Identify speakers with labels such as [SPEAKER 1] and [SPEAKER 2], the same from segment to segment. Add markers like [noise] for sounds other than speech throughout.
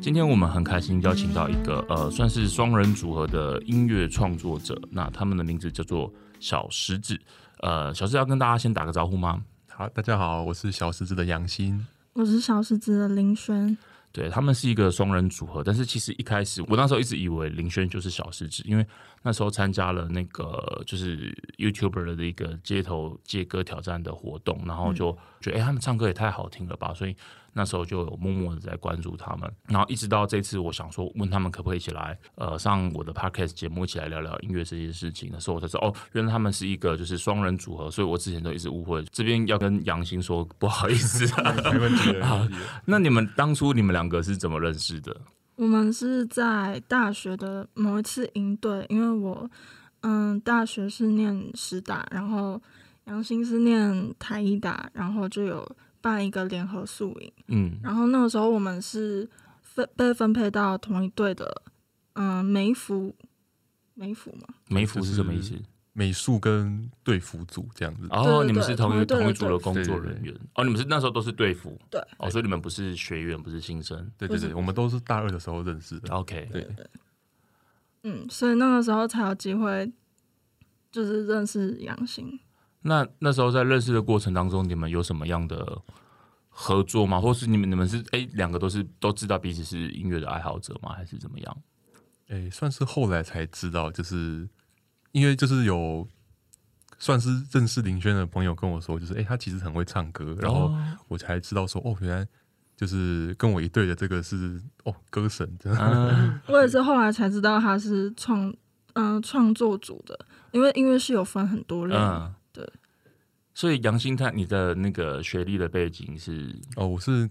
[SPEAKER 1] 今天我们很开心邀请到一个呃，算是双人组合的音乐创作者，那他们的名字叫做小石子。呃，小石要跟大家先打个招呼吗？
[SPEAKER 2] 好，大家好，我是小狮子的杨欣。
[SPEAKER 3] 我是小狮子的林轩，
[SPEAKER 1] 对他们是一个双人组合，但是其实一开始我那时候一直以为林轩就是小狮子，因为那时候参加了那个就是 YouTuber 的一个街头接歌挑战的活动，然后就觉得哎、诶他们唱歌也太好听了吧，所以那时候就有默默的在关注他们，然后一直到这次我想说问他们可不可以一起来呃上我的 Podcast 节目一起来聊聊音乐这件事情的时候，我才知道哦，原来他们是一个就是双人组合，所以我之前都一直误会，这边要跟杨欣说不好意思、
[SPEAKER 2] 没问题的，没 [laughs] 问题的。
[SPEAKER 1] 那你们当初你们两个是怎么认识的？
[SPEAKER 3] 我们是在大学的某一次营队，因为我嗯大学是念师大，然后杨欣是念台艺大，然后就有办一个联合宿营，
[SPEAKER 1] 嗯
[SPEAKER 3] 然后那个时候我们是分被分配到同一队的，嗯梅服梅服嘛，
[SPEAKER 1] 梅服是什么意思？
[SPEAKER 2] 美术跟队服组这样子，
[SPEAKER 1] 哦，
[SPEAKER 3] 对对
[SPEAKER 1] 你们是同一
[SPEAKER 3] 对对对
[SPEAKER 1] 同一组的工作人员哦，你们是那时候都是队服
[SPEAKER 3] 对
[SPEAKER 1] 哦，所以你们不是学员，不是新生。
[SPEAKER 2] 对
[SPEAKER 3] 不
[SPEAKER 2] 对
[SPEAKER 3] 是
[SPEAKER 2] 对，我们都是大二的时候认识的。
[SPEAKER 1] OK，
[SPEAKER 2] 嗯对，
[SPEAKER 3] 嗯，所以那个时候才有机会就是认识杨欣。
[SPEAKER 1] 那那时候在认识的过程当中，你们有什么样的合作吗？或是你们你们是哎两、个都是都知道彼此是音乐的爱好者吗？还是怎么样？
[SPEAKER 2] 诶，算是后来才知道，就是因为就是有算是认识林轩的朋友跟我说，就是诶，他其实很会唱歌，然后
[SPEAKER 1] 哦
[SPEAKER 2] 我才知道说，哦，原来就是跟我一队的这个是哦歌神，真的
[SPEAKER 3] [laughs]
[SPEAKER 1] 嗯
[SPEAKER 3] 我也是后来才知道他是创嗯、创作组的，因为音乐是有分很多类。
[SPEAKER 1] 嗯，
[SPEAKER 3] 对。
[SPEAKER 1] 所以杨欣他你的那个学历的背景是
[SPEAKER 2] 哦，我是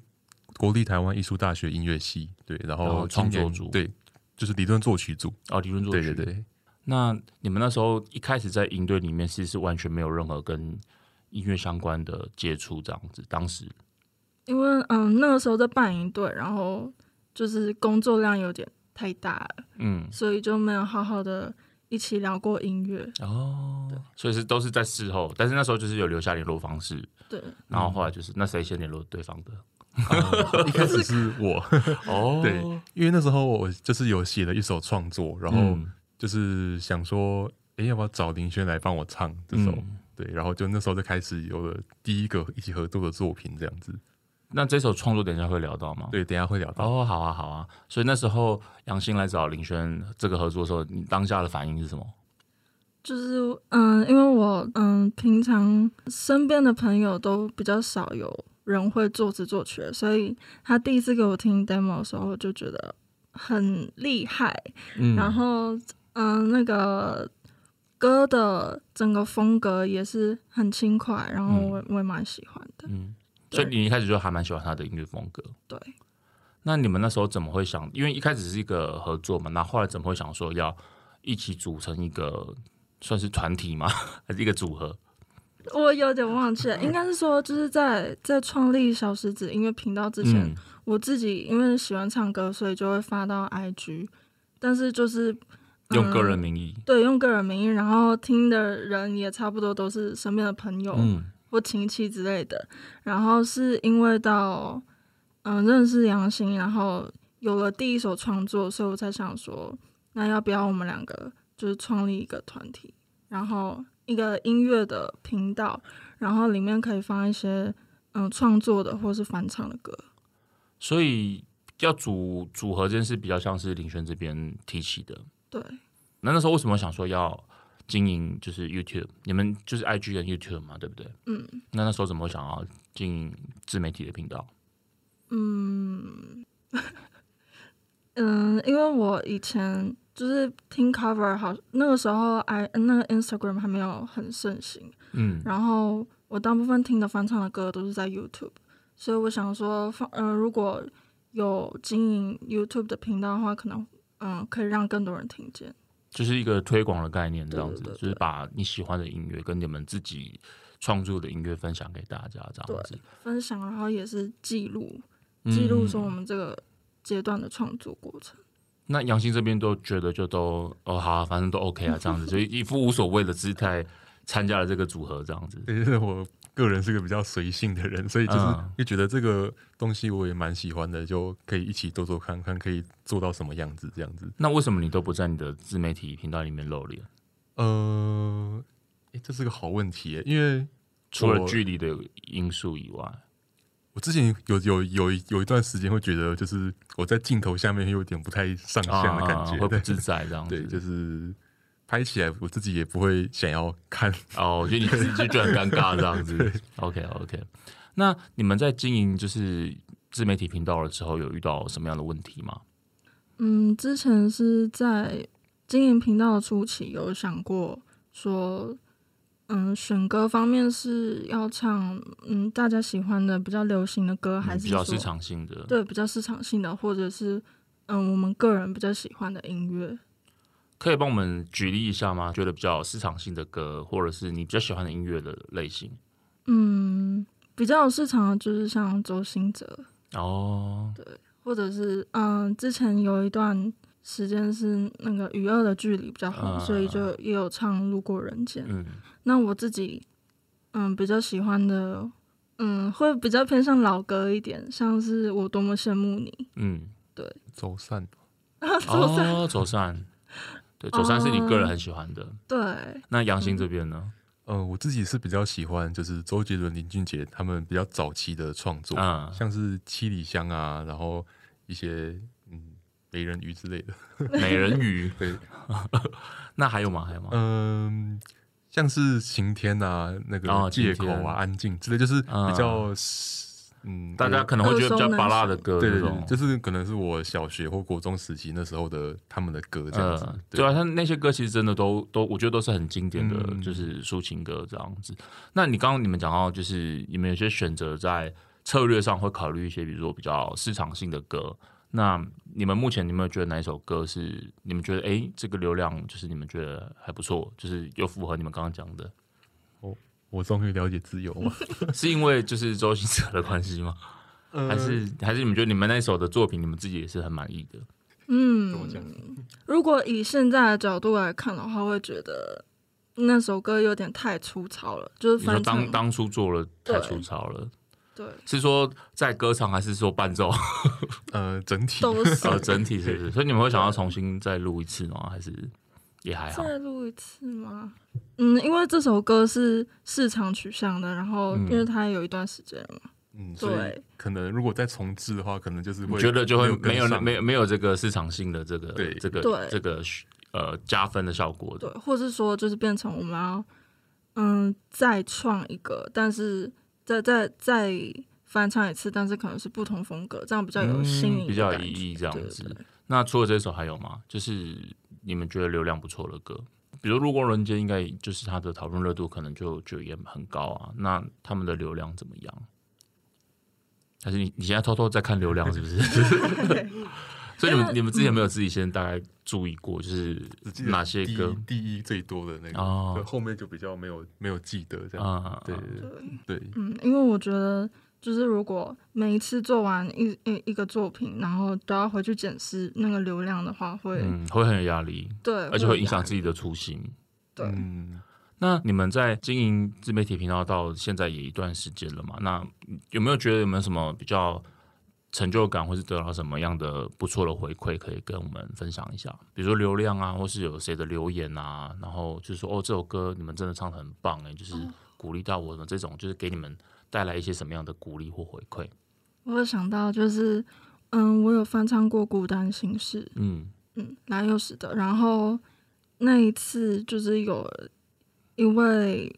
[SPEAKER 2] 国立台湾艺术大学音乐系，对，然
[SPEAKER 1] 然
[SPEAKER 2] 后
[SPEAKER 1] 后创
[SPEAKER 2] 今年
[SPEAKER 1] 作组
[SPEAKER 2] 对，就是理论作曲组，
[SPEAKER 1] 哦理论作
[SPEAKER 2] 对
[SPEAKER 1] 曲
[SPEAKER 2] 对对。
[SPEAKER 1] 那你们那时候一开始在营队里面，其实是完全没有任何跟音乐相关的接触，这样子。当时
[SPEAKER 3] 因为嗯那个时候在办营队，然后就是工作量有点太大了，
[SPEAKER 1] 嗯，
[SPEAKER 3] 所以就没有好好的一起聊过音乐。
[SPEAKER 1] 哦，所以是都是在事后，但是那时候就是有留下联络方式，
[SPEAKER 3] 对，
[SPEAKER 1] 然后后来就是、那谁先联络对方的？
[SPEAKER 2] 啊一开始是 [laughs] 我，
[SPEAKER 1] 哦
[SPEAKER 2] 对，因为那时候我就是有写了一首创作，然后
[SPEAKER 1] 嗯
[SPEAKER 2] 就是想说，哎、要不要找林轩来帮我唱这首？
[SPEAKER 1] 嗯
[SPEAKER 2] 对，然后就那时候就开始有了第一个一起合作的作品，这样子。
[SPEAKER 1] 那这首创作等一下会聊到吗？。
[SPEAKER 2] 对，等一下会聊到。
[SPEAKER 1] 哦，好啊，好啊。所以那时候杨欣来找林轩这个合作的时候，你当下的反应是什么？
[SPEAKER 3] 就是嗯，因为我嗯平常身边的朋友都比较少有人会作词作曲，所以他第一次给我听 demo 的时候，我就觉得很厉害。
[SPEAKER 1] 嗯
[SPEAKER 3] 然后嗯、那个歌的整个风格也是很轻快，然后我、我也蛮喜欢的。
[SPEAKER 1] 嗯，所以
[SPEAKER 3] 对
[SPEAKER 1] 你一开始就还蛮喜欢他的音乐风格。
[SPEAKER 3] 对，
[SPEAKER 1] 那你们那时候怎么会想？因为一开始是一个合作嘛，那后来怎么会想说要一起组成一个算是团体吗？ [laughs] 还是一个组合？
[SPEAKER 3] 我有点忘记了，应该是说就是在在创立小石子音乐频道之前，
[SPEAKER 1] 嗯，
[SPEAKER 3] 我自己因为喜欢唱歌，所以就会发到 IG，但是就是。
[SPEAKER 1] 用
[SPEAKER 3] 嗯
[SPEAKER 1] 个人名义。
[SPEAKER 3] 对，用个人名义，然后听的人也差不多都是身边的朋友
[SPEAKER 1] 嗯
[SPEAKER 3] 或亲戚之类的。然后是因为到嗯、认识杨欣，然后有了第一首创作，所以我才想说，那要不要我们两个就是创立一个团体，然后一个音乐的频道，然后里面可以放一些嗯创作的或是翻唱的歌。
[SPEAKER 1] 所以要组组合这件事比较像是林轩这边提起的。
[SPEAKER 3] 对，
[SPEAKER 1] 那那时候为什么想说要经营就是 YouTube？你们就是 IG 跟 YouTube 嘛，对不对？
[SPEAKER 3] 嗯。
[SPEAKER 1] 那那时候怎么会想要经营自媒体的频道？
[SPEAKER 3] 嗯，嗯，因为我以前就是听 cover 好，那个时候 i 那个 Instagram 还没有很盛行，
[SPEAKER 1] 嗯
[SPEAKER 3] 然后我大部分听的翻唱的歌都是在 YouTube，所以我想说放，嗯、如果有经营 YouTube 的频道的话，可能嗯、可以让更多人听见。
[SPEAKER 1] 就是一个推广的概念，这样子，
[SPEAKER 3] 对对对
[SPEAKER 1] 就是把你喜欢的音乐跟你们自己创作的音乐分享给大家，这样子。
[SPEAKER 3] 分享，然后也是记录，
[SPEAKER 1] 嗯
[SPEAKER 3] 记录说我们这个阶段的创作过程。
[SPEAKER 1] 那杨欣这边都觉得就都哦好啊、反正都 OK 啊，这样子，所以一副无所谓的姿态参加了这个组合，这样子。
[SPEAKER 2] 对，就是我个人是个比较随性的人，所以就是
[SPEAKER 1] 嗯
[SPEAKER 2] 就觉得这个东西我也蛮喜欢的，就可以一起做做看看，可以做到什么样子这样子。
[SPEAKER 1] 那为什么你都不在你的自媒体频道里面露脸？
[SPEAKER 2] 呃，诶这是个好问题耶，因为
[SPEAKER 1] 除了
[SPEAKER 2] 我
[SPEAKER 1] 距离的因素以外，
[SPEAKER 2] 我之前有有有一有一段时间会觉得，就是我在镜头下面有点不太上相的感觉，
[SPEAKER 1] 啊会不
[SPEAKER 2] 对
[SPEAKER 1] 自在这样子。
[SPEAKER 2] 对，就是拍起来我自己也不会想要
[SPEAKER 1] [laughs]
[SPEAKER 2] 看。
[SPEAKER 1] 哦，就你自己就觉得很尴尬这
[SPEAKER 2] [laughs]
[SPEAKER 1] 样子。OK OK，那你们在经营就是自媒体频道了之后，有遇到什么样的问题吗？
[SPEAKER 3] 嗯，之前是在经营频道的初期有想过说，嗯，选歌方面是要唱嗯大家喜欢的比较流行的歌，还
[SPEAKER 1] 嗯
[SPEAKER 3] 是
[SPEAKER 1] 比较
[SPEAKER 3] 说
[SPEAKER 1] 市场性的？
[SPEAKER 3] 对比较市场性的，或者是嗯我们个人比较喜欢的音乐。
[SPEAKER 1] 可以帮我们举例一下吗？觉得比较有市场性的歌，或者是你比较喜欢的音乐的类型？
[SPEAKER 3] 嗯，比较有市场的就是像周兴哲，
[SPEAKER 1] 哦，
[SPEAKER 3] 或者是嗯之前有一段时间是那个与恶的距离比较红，所以
[SPEAKER 2] 啊
[SPEAKER 3] 就也有唱《路过人间》。
[SPEAKER 1] 嗯，
[SPEAKER 3] 那我自己，嗯，比较喜欢的，嗯，会比较偏向老歌一点，像是我多么羡慕你，
[SPEAKER 1] 嗯，
[SPEAKER 2] 走散，
[SPEAKER 3] 嗯 [laughs]
[SPEAKER 1] 哦，走散，对，
[SPEAKER 3] 哦
[SPEAKER 1] 走散是你个人很喜欢的。
[SPEAKER 3] 对，
[SPEAKER 1] 那杨欣这边呢？
[SPEAKER 2] 呃，我自己是比较喜欢，就是周杰伦、林俊杰他们比较早期的创作，
[SPEAKER 1] 嗯，
[SPEAKER 2] 像是《七里香》啊，然后一些嗯美人鱼之类的。
[SPEAKER 1] 嗯美人鱼，
[SPEAKER 2] 对，
[SPEAKER 1] [laughs] 那还有吗？还有吗？
[SPEAKER 2] 嗯，像是晴天啊，那
[SPEAKER 1] 啊
[SPEAKER 2] 个借
[SPEAKER 1] 晴
[SPEAKER 2] 口
[SPEAKER 1] 天啊
[SPEAKER 2] 啊，安静之类，就是比较嗯，
[SPEAKER 1] 大家
[SPEAKER 2] 我
[SPEAKER 1] 可能会觉得比较拔拉的歌，
[SPEAKER 2] 对对
[SPEAKER 1] 这种
[SPEAKER 2] 对，就是可能是我小学或国中时期那时候的他们的歌这样子。
[SPEAKER 1] 呃，
[SPEAKER 2] 嗯对
[SPEAKER 1] 对啊，他那些歌其实真的都都，我觉得都是很经典的，
[SPEAKER 2] 嗯
[SPEAKER 1] 就是抒情歌这样子。那你刚刚你们讲到，就是你们有些选择在策略上会考虑一些，比如说比较市场性的歌。那你们目前有没有觉得哪一首歌是你们觉得哎、诶这个流量就是你们觉得还不错，就是又符合你们刚刚讲的， [laughs]
[SPEAKER 2] 我终于了解自由了，
[SPEAKER 1] 是因为就是周星驰的关系吗？
[SPEAKER 3] 嗯
[SPEAKER 1] 还是
[SPEAKER 2] 嗯
[SPEAKER 1] 还是你们觉得你们那首的作品你们自己也是很满意的？
[SPEAKER 3] 嗯
[SPEAKER 2] 怎么讲，
[SPEAKER 3] 如果以现在的角度来看的话，会觉得那首歌有点太粗糙了，就是
[SPEAKER 1] 你说
[SPEAKER 3] 翻唱
[SPEAKER 1] 当当初做了太
[SPEAKER 3] 对
[SPEAKER 1] 粗糙了，
[SPEAKER 3] 对
[SPEAKER 1] 是说在歌唱还是说伴奏？
[SPEAKER 2] 呃，整体
[SPEAKER 3] 都是 [laughs]
[SPEAKER 1] 呃，整体是不是？所以你们会想要重新再录一次吗？还是也还好？
[SPEAKER 3] 再录一次吗？嗯，因为这首歌是市场取向的，然后
[SPEAKER 1] 嗯
[SPEAKER 3] 因为它有一段时间了嘛，
[SPEAKER 2] 嗯，所以
[SPEAKER 3] 对
[SPEAKER 2] 可能如果再重置的话，可能就是
[SPEAKER 1] 你
[SPEAKER 2] 会
[SPEAKER 1] 觉得就会没有
[SPEAKER 2] 跟上
[SPEAKER 1] 没有没有这个市场性的这个
[SPEAKER 2] 对
[SPEAKER 1] 这个
[SPEAKER 3] 对
[SPEAKER 1] 这个呃加分的效果
[SPEAKER 3] 对
[SPEAKER 1] 的。，
[SPEAKER 3] 或是说就是变成我们要嗯再创一个，但是再再再翻唱一次，但是可能是不同风格，这样比较
[SPEAKER 2] 嗯
[SPEAKER 3] 有新颖、
[SPEAKER 1] 嗯比较有意义这样
[SPEAKER 3] 对
[SPEAKER 1] 子
[SPEAKER 3] 对对
[SPEAKER 1] 那除了这首还有吗？就是你们觉得流量不错的歌，比如《路过人间》，应该就是它的讨论热度可能就就也很高啊。那他们的流量怎么样？还是你你现在偷偷在看流量是不是？ [laughs] 所以你们你们之前没有自己先大概注意过，就是
[SPEAKER 2] 只记得
[SPEAKER 1] 哪些
[SPEAKER 2] 第一
[SPEAKER 1] 歌？
[SPEAKER 2] 第一最多的那个，
[SPEAKER 1] 哦
[SPEAKER 2] 对后面就比较没有没有记得这样。
[SPEAKER 1] 啊，
[SPEAKER 2] 对对对，
[SPEAKER 3] 嗯，因为我觉得就是如果每一次做完一一一个作品，然后都要回去检视那个流量的话，会、
[SPEAKER 1] 嗯，会很有压力，
[SPEAKER 3] 对，
[SPEAKER 1] 而且会影
[SPEAKER 3] 呃有
[SPEAKER 1] 响
[SPEAKER 3] 压
[SPEAKER 1] 自己的初心。
[SPEAKER 3] 对。
[SPEAKER 2] 嗯，
[SPEAKER 1] 那你们在经营自媒体频道到现在也一段时间了嘛？那有没有觉得有没有什么比较成就感，或是得到什么样的不错的回馈，可以跟我们分享一下？比如说流量啊，或是有谁的留言啊，然后就是说哦，这首歌你们真的唱的很棒哎、就是
[SPEAKER 3] 嗯
[SPEAKER 1] 鼓励到我们这种，就是给你们带来一些什么样的鼓励或回馈？
[SPEAKER 3] 我有想到就是，嗯，我有翻唱过《孤单心事》，
[SPEAKER 1] 嗯
[SPEAKER 3] 嗯，蓝又是的。然后那一次就是有一位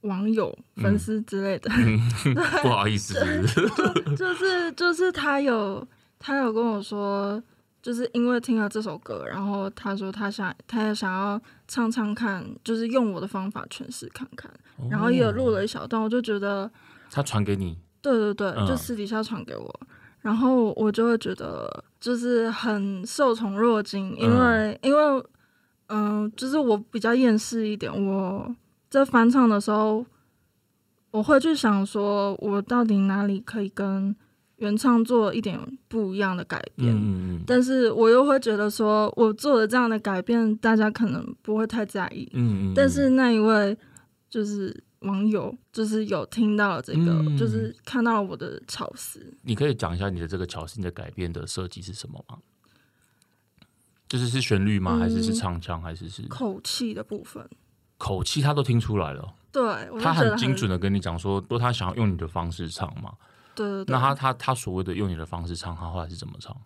[SPEAKER 3] 网友、
[SPEAKER 1] 嗯
[SPEAKER 3] 粉丝之类
[SPEAKER 1] [laughs]
[SPEAKER 3] 的，
[SPEAKER 1] [laughs] 不好意思，
[SPEAKER 3] 就是就是他有他有跟我说，就是因为听了这首歌，然后他说他想他也想要唱唱看，就是用我的方法诠释看看， [laughs] 然后也有录了一小段，我就觉得
[SPEAKER 1] 哦他传给你，
[SPEAKER 3] 对对对，
[SPEAKER 1] 嗯
[SPEAKER 3] 就私底下传给我，然后我就会觉得就是很受宠若惊，因为、因为嗯、就是我比较厌世一点，我在翻唱的时候，我会去想说我到底哪里可以跟原唱做一点不一样的改变。
[SPEAKER 1] 嗯嗯嗯
[SPEAKER 3] 但是我又会觉得说，我做了这样的改变，大家可能不会太在意。
[SPEAKER 1] 嗯嗯，
[SPEAKER 3] 但是那一位就是网友就是有听到了这个，
[SPEAKER 2] 嗯
[SPEAKER 3] 就是看到了我的巧思。
[SPEAKER 1] 你可以讲一下你的这个巧思，你的改编的设计是什么吗？就是是旋律吗？还是是
[SPEAKER 3] 嗯
[SPEAKER 1] 唱腔？还是是
[SPEAKER 3] 口气的部分，
[SPEAKER 1] 口气？他都听出来了，
[SPEAKER 3] 对我就
[SPEAKER 1] 他
[SPEAKER 3] 觉得
[SPEAKER 1] 很精准，的跟你讲说，如果他想要用你的方式唱嘛，
[SPEAKER 3] 对对对。
[SPEAKER 1] 那他他他所谓的用你的方式唱，他后来是怎么唱？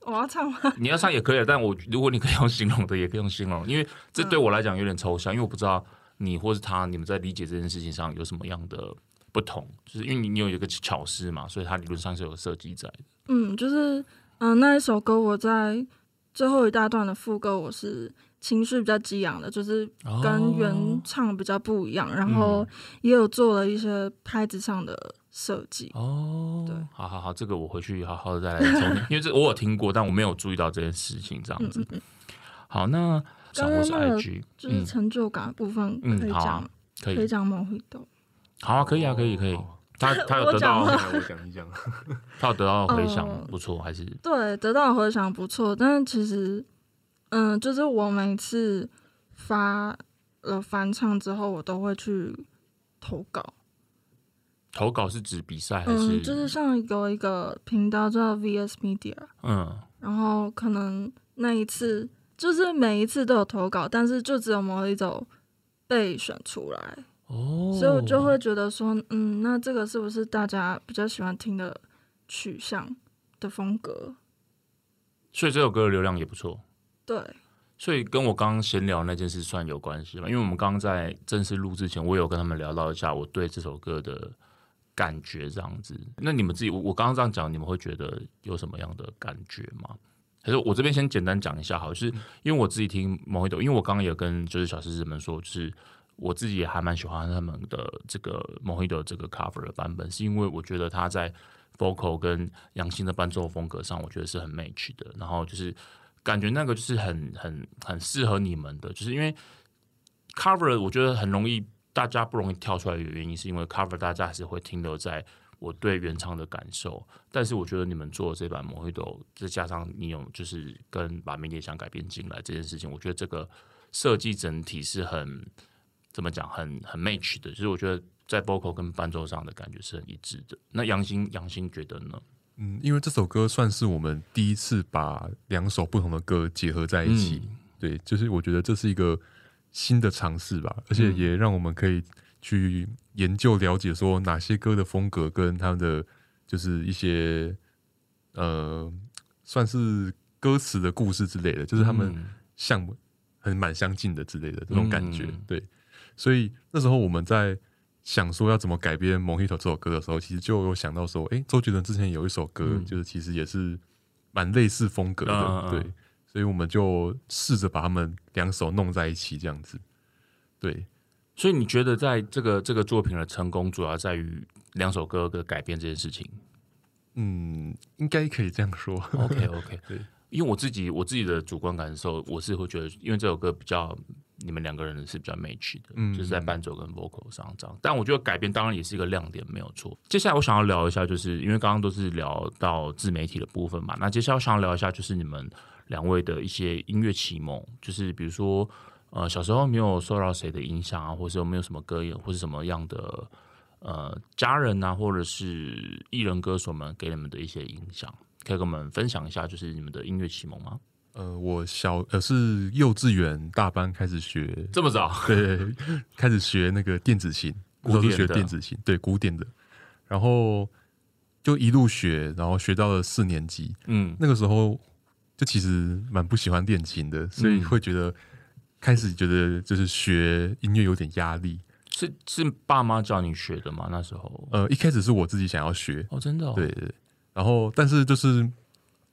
[SPEAKER 3] 我要唱吗？
[SPEAKER 1] 你要唱也可以，但我如果你可以用形容的，也可以用形容，因为这对我来讲有点抽象，因为我不知道你或是他你们在理解这件事情上有什么样的不同，就是因为你你有一个巧思嘛，所以它理论上是有设计在的。
[SPEAKER 3] 嗯，就是嗯、呃那一首歌我在最后一大段的副歌，我是情绪比较激昂的，就是跟
[SPEAKER 1] 哦
[SPEAKER 3] 原唱比较不一样，然
[SPEAKER 1] 嗯
[SPEAKER 3] 后也有做了一些拍子上的设计。
[SPEAKER 1] 哦，
[SPEAKER 3] 对，
[SPEAKER 1] 好好好，这个我回去好好的再来重
[SPEAKER 3] [laughs]
[SPEAKER 1] 听，因为这我有听过，但我没有注意到这件事情，这样
[SPEAKER 3] 嗯
[SPEAKER 1] 子。
[SPEAKER 3] 嗯嗯，
[SPEAKER 1] 好，那掌握
[SPEAKER 3] 刚刚
[SPEAKER 1] 是
[SPEAKER 3] 那个
[SPEAKER 1] IG，
[SPEAKER 3] 就是
[SPEAKER 1] 嗯，
[SPEAKER 3] 成就感的部分
[SPEAKER 1] 嗯
[SPEAKER 3] 可以
[SPEAKER 1] 好啊
[SPEAKER 3] 讲，
[SPEAKER 1] 可
[SPEAKER 3] 可以
[SPEAKER 1] 以，
[SPEAKER 3] 讲毛会豆。
[SPEAKER 1] 好啊，可以啊，可以，可以
[SPEAKER 2] 好。啊
[SPEAKER 3] [laughs]
[SPEAKER 1] 他他有
[SPEAKER 3] 哦我
[SPEAKER 1] 得
[SPEAKER 3] 讲
[SPEAKER 1] 到
[SPEAKER 3] 了
[SPEAKER 2] 来我讲一讲，
[SPEAKER 1] 他有得到回响
[SPEAKER 3] 哦，
[SPEAKER 1] 不错，还是
[SPEAKER 3] 对，得到的回响不错，但是其实，嗯，就是我每次发了翻唱之后，我都会去投稿。
[SPEAKER 1] 投稿是指比赛还
[SPEAKER 3] 嗯，
[SPEAKER 1] 是
[SPEAKER 3] 就是像有一个频道叫 VS Media，
[SPEAKER 1] 嗯
[SPEAKER 3] 然后可能那一次就是每一次都有投稿，但是就只有某一种被选出来，
[SPEAKER 1] 哦，
[SPEAKER 3] 所以我就会觉得说，嗯，那这个是不是大家比较喜欢听的取向的风格？
[SPEAKER 1] 所以这首歌的流量也不错，
[SPEAKER 3] 对，
[SPEAKER 1] 所以跟我刚刚闲聊那件事算有关系吧。因为我们刚刚在正式录之前，我有跟他们聊到一下我对这首歌的感觉，这样子。那你们自己，我我刚刚这样讲，你们会觉得有什么样的感觉吗？还是我这边先简单讲一下好，就是因为我自己听某一朵，因为我刚刚也跟就是小狮子们说，就是我自己也还蛮喜欢他们的这个某一朵这个 cover 的版本，是因为我觉得他在 vocal 跟杨欣的伴奏风格上，我觉得是很 match 的。然后就是感觉那个就是很很很适合你们的，就是因为 cover 我觉得很容易大家不容易跳出来的原因，是因为 cover 大家还是会停留在我对原唱的感受，但是我觉得你们做的这版《魔黑斗》，再加上你有就是跟把迷迭香改编进来这件事情，我觉得这个设计整体是很怎么讲，很很 match 的，就是我觉得在 vocal 跟伴奏上的感觉是很一致的。那杨欣杨欣觉得呢？
[SPEAKER 2] 嗯，因为这首歌算是我们第一次把两首不同的歌结合在一起，
[SPEAKER 1] 嗯
[SPEAKER 2] 对，就是我觉得这是一个新的尝试吧，而且
[SPEAKER 1] 嗯
[SPEAKER 2] 也让我们可以去研究了解说哪些歌的风格跟他们的就是一些呃，算是歌词的故事之类的，就是他们
[SPEAKER 1] 嗯
[SPEAKER 2] 像很蛮相近的之类的这种感觉，
[SPEAKER 1] 嗯
[SPEAKER 2] 对，所以那时候我们在想说要怎么改编《蒙 o 头》这首歌的时候，其实就有想到说，诶，周杰伦之前有一首歌，
[SPEAKER 1] 嗯
[SPEAKER 2] 就是其实也是蛮类似风格的，
[SPEAKER 1] 嗯嗯嗯
[SPEAKER 2] 对，所以我们就试着把他们两首弄在一起，这样子，对，
[SPEAKER 1] 所以你觉得在这个这个作品的成功，主要在于两首歌的改编这件事情
[SPEAKER 2] 嗯，应该可以这样说， [laughs]
[SPEAKER 1] ？OK OK，
[SPEAKER 2] 对，
[SPEAKER 1] 因为我自己我自己的主观感受，我是会觉得，因为这首歌比较你们两个人是比较 match 的，
[SPEAKER 2] 嗯
[SPEAKER 1] 就是在伴奏跟 vocal 上这样。但我觉得改编当然也是一个亮点，没有错。接下来我想要聊一下，就是因为刚刚都是聊到自媒体的部分嘛，那接下来我想要聊一下，就是你们两位的一些音乐启蒙，就是比如说呃小时候没有受到谁的影响啊，或是有没有什么歌友或是什么样的。呃，家人啊，或者是艺人歌手们给你们的一些影响，可以跟我们分享一下，就是你们的音乐启蒙吗？
[SPEAKER 2] 呃，我小呃是幼稚园大班开始学
[SPEAKER 1] 这么早？
[SPEAKER 2] 对，开始学那个电子琴，
[SPEAKER 1] 古
[SPEAKER 2] 我都是
[SPEAKER 1] 典
[SPEAKER 2] 学
[SPEAKER 1] 的
[SPEAKER 2] 电子琴，对，古典的，然后就一路学，然后学到了四年级。
[SPEAKER 1] 嗯，
[SPEAKER 2] 那个时候就其实蛮不喜欢练琴的，所以
[SPEAKER 1] 嗯
[SPEAKER 2] 会觉得、开始觉得就是学音乐有点压力。
[SPEAKER 1] 是是爸妈叫你学的吗？那时候？
[SPEAKER 2] 呃，一开始是我自己想要学，
[SPEAKER 1] 哦，嗯真的、哦？
[SPEAKER 2] 对，对，对然后但是就是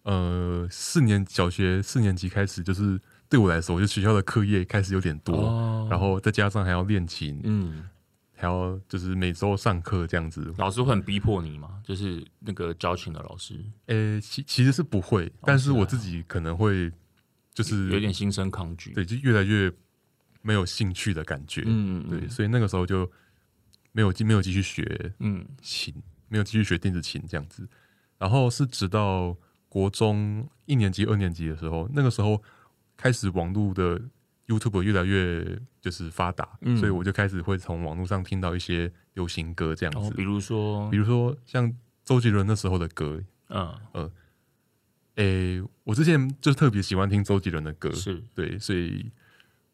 [SPEAKER 2] 呃，四年小学四年级开始，就是对我来说，就学校的课业开始有点多，
[SPEAKER 1] 哦
[SPEAKER 2] 然后再加上还要练琴，
[SPEAKER 1] 嗯，
[SPEAKER 2] 还要就是每周上课这样子。
[SPEAKER 1] 老师会很逼迫你吗？就是那个教琴的老师，
[SPEAKER 2] 呃、其其实是不会，但是
[SPEAKER 1] 是啊
[SPEAKER 2] 我自己可能会就是
[SPEAKER 1] 有点心生抗拒。
[SPEAKER 2] 对，就越来越没有兴趣的感觉。
[SPEAKER 1] 嗯，嗯，
[SPEAKER 2] 对，
[SPEAKER 1] 嗯，
[SPEAKER 2] 所以那个时候就没有继没有继续学
[SPEAKER 1] 嗯，
[SPEAKER 2] 琴，没有继续学电子琴这样子。然后是直到国中一年级、二年级的时候，那个时候开始网络的 YouTube 越来越就是发达，
[SPEAKER 1] 嗯
[SPEAKER 2] 所以我就开始会从网络上听到一些流行歌这样
[SPEAKER 1] 然后
[SPEAKER 2] 子，
[SPEAKER 1] 哦比如说
[SPEAKER 2] 比，如说像周杰伦那时候的歌，
[SPEAKER 1] 嗯，
[SPEAKER 2] 诶、我之前就特别喜欢听周杰伦的歌，
[SPEAKER 1] 是
[SPEAKER 2] 对，所以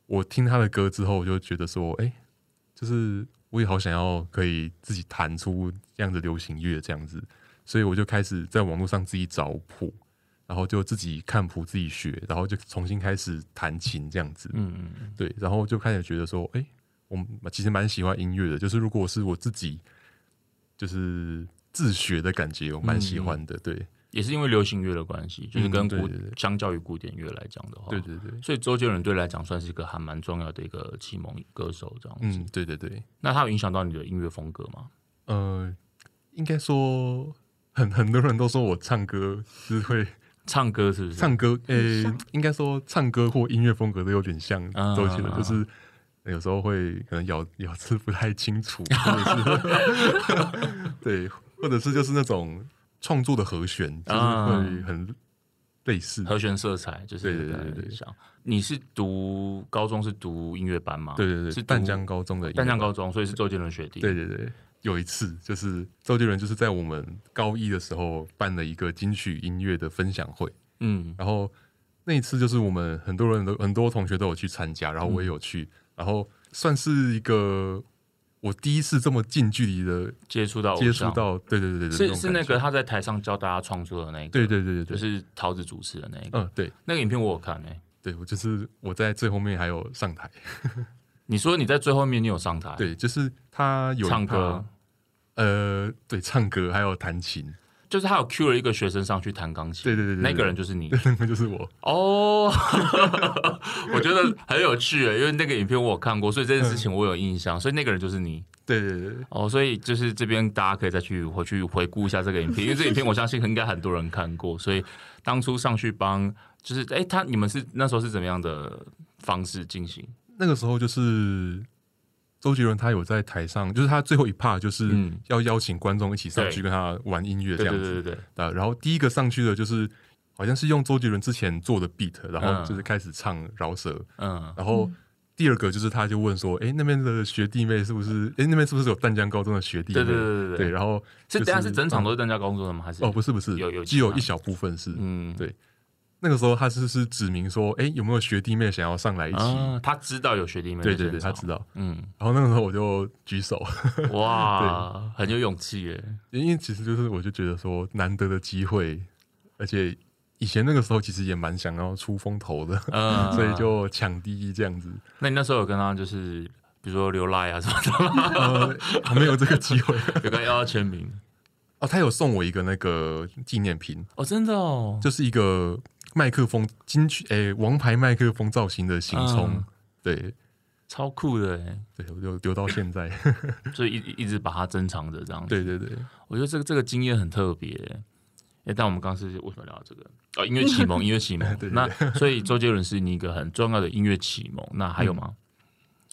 [SPEAKER 2] 我听他的歌之后，我就觉得说，哎、就是我也好想要可以自己弹出这样的流行乐这样子，所以我就开始在网络上自己找谱，然后就自己看谱自己学，然后就重新开始弹琴这样子，
[SPEAKER 1] 嗯嗯嗯
[SPEAKER 2] 对，然后就开始觉得说，哎、我们其实蛮喜欢音乐的，就是如果是我自己就是自学的感觉，我蛮喜欢的，对，
[SPEAKER 1] 也是因为流行乐的关系，嗯就是跟哦
[SPEAKER 2] 嗯对
[SPEAKER 1] 古、
[SPEAKER 2] 对对
[SPEAKER 1] 相较于古典乐来讲的话，
[SPEAKER 2] 对对对。
[SPEAKER 1] 所以周杰伦对来讲算是一个还蛮重要的一个启蒙歌手这样子。
[SPEAKER 2] 嗯，对对对，
[SPEAKER 1] 那他有影响到你的音乐风格吗？
[SPEAKER 2] 呃，应该说很很多人都说我唱歌就是会
[SPEAKER 1] 唱歌是不是？
[SPEAKER 2] 唱歌，呃、
[SPEAKER 3] 很像
[SPEAKER 2] 应该说唱歌或音乐风格都有点像
[SPEAKER 1] 啊
[SPEAKER 2] 周杰伦，就是呃有时候会可能咬 [laughs] 咬字不太清
[SPEAKER 1] [laughs]
[SPEAKER 2] 楚，或者是 [laughs] 对，或者是就是那种创作的和弦，就是
[SPEAKER 1] 啊
[SPEAKER 2] 会很类似。
[SPEAKER 1] 和弦色彩就是
[SPEAKER 2] 嗯对对对对对
[SPEAKER 1] 像你是读高中是读音乐班吗？
[SPEAKER 2] 对对对，
[SPEAKER 1] 是读
[SPEAKER 2] 淡江高中的音乐
[SPEAKER 1] 淡江高中，所以是周杰伦学弟。
[SPEAKER 2] 对对对，有一次就是周杰伦就是在我们高一的时候办了一个金曲音乐的分享会，
[SPEAKER 1] 嗯，
[SPEAKER 2] 然后那一次就是我们很多人都很多同学都有去参加，然后我也有去，
[SPEAKER 1] 嗯
[SPEAKER 2] 然后算是一个我第一次这么近距离的
[SPEAKER 1] 接触到偶
[SPEAKER 2] 接触
[SPEAKER 1] 像
[SPEAKER 2] 到，对对对对，
[SPEAKER 1] 是是那个
[SPEAKER 2] 种感觉，
[SPEAKER 1] 他在台上教大家创作的那一个，
[SPEAKER 2] 对对对
[SPEAKER 1] 就
[SPEAKER 2] 对对，
[SPEAKER 1] 是桃子主持的那一个，
[SPEAKER 2] 嗯，对
[SPEAKER 1] 那个影片我有看欸诶。
[SPEAKER 2] 对，我就是我在最后面还有上台，
[SPEAKER 1] 你说你在最后面你有上台，，
[SPEAKER 2] 对，就是他有
[SPEAKER 1] 啊
[SPEAKER 2] 一
[SPEAKER 1] 唱
[SPEAKER 2] 趴
[SPEAKER 1] 歌，
[SPEAKER 2] 呃，对，唱歌还有弹琴，
[SPEAKER 1] 就是他有 cue 了一个学生上去弹钢琴，
[SPEAKER 2] 对对对对对
[SPEAKER 1] 那个人就是
[SPEAKER 2] [laughs]
[SPEAKER 1] 你
[SPEAKER 2] 对，那个就是我，
[SPEAKER 1] 哦， [laughs] 我觉得很有趣欸诶，因为那个影片我有看过，所以这件事情我有印象，所以那个人就是你
[SPEAKER 2] 对对对对。
[SPEAKER 1] 哦，所以就是这边大家可以再去回去回顾一下这个影片，因为这个影片我相信应该很多人看过，所以当初上去帮就是诶，他你们是那时候是怎么样的方式进行？
[SPEAKER 2] 那个时候就是周杰伦他有在台上，就是他最后一 part 就是
[SPEAKER 1] 嗯
[SPEAKER 2] 要邀请观众一起上去
[SPEAKER 1] 对
[SPEAKER 2] 跟他玩音乐这
[SPEAKER 1] 对
[SPEAKER 2] 样
[SPEAKER 1] 对
[SPEAKER 2] 子
[SPEAKER 1] 对对对。
[SPEAKER 2] 啊。然后第一个上去的就是好像是用周杰伦之前做的 beat，然后
[SPEAKER 1] 嗯
[SPEAKER 2] 就是开始唱饶舌，
[SPEAKER 1] 嗯，
[SPEAKER 2] 然后。第二个就是，他就问说：“哎、那边的学弟妹是不是？哎、那边是不是有淡江高中的学弟
[SPEAKER 1] 对
[SPEAKER 2] 妹？”
[SPEAKER 1] 对对对对
[SPEAKER 2] 然后
[SPEAKER 1] 是
[SPEAKER 2] 就
[SPEAKER 1] 等下是整场
[SPEAKER 2] 嗯
[SPEAKER 1] 都是增加工作的吗？还是
[SPEAKER 2] 哦，不是不是，
[SPEAKER 1] 有有
[SPEAKER 2] 只
[SPEAKER 1] 其
[SPEAKER 2] 有
[SPEAKER 1] 他
[SPEAKER 2] 一小部分是、
[SPEAKER 1] 嗯，
[SPEAKER 2] 对那个时候他是是指明说：“哎、有没有学弟妹想要上来一起？”
[SPEAKER 1] 啊，他知道有学弟妹，
[SPEAKER 2] 对对对，他知，道。
[SPEAKER 1] 嗯，
[SPEAKER 2] 然后那个时候我就举手， [laughs]
[SPEAKER 1] 哇，很有勇气耶，
[SPEAKER 2] 因为其实就是我就觉得说难得的机会，而且以前那个时候其实也蛮想要出风头的， [laughs]
[SPEAKER 1] 嗯，
[SPEAKER 2] 所以就抢第一这样子。
[SPEAKER 1] 那你那时候有跟他就是比如说流赖啊什么的吗？
[SPEAKER 2] 呃，还没有这个机会 [laughs]
[SPEAKER 1] 有跟要签名
[SPEAKER 2] 哦，他有送我一个那个纪念品，
[SPEAKER 1] 哦，真的哦，
[SPEAKER 2] 就是一个麦克风金曲诶、王牌麦克风造型的行充。
[SPEAKER 1] 嗯
[SPEAKER 2] 对
[SPEAKER 1] 超酷的耶，
[SPEAKER 2] 对，我就留到现在。 [laughs]
[SPEAKER 1] 所以一一直把它珍藏着这样子。
[SPEAKER 2] 对对对，
[SPEAKER 1] 我觉得这个这个经验很特别耶。哎，但我们刚刚是为什么聊到这个？哦，音乐启
[SPEAKER 2] [laughs]
[SPEAKER 1] 蒙，音乐启蒙。
[SPEAKER 2] 对对对嗯
[SPEAKER 1] 那所以周杰伦是你一个很重要的音乐启蒙。那还有吗？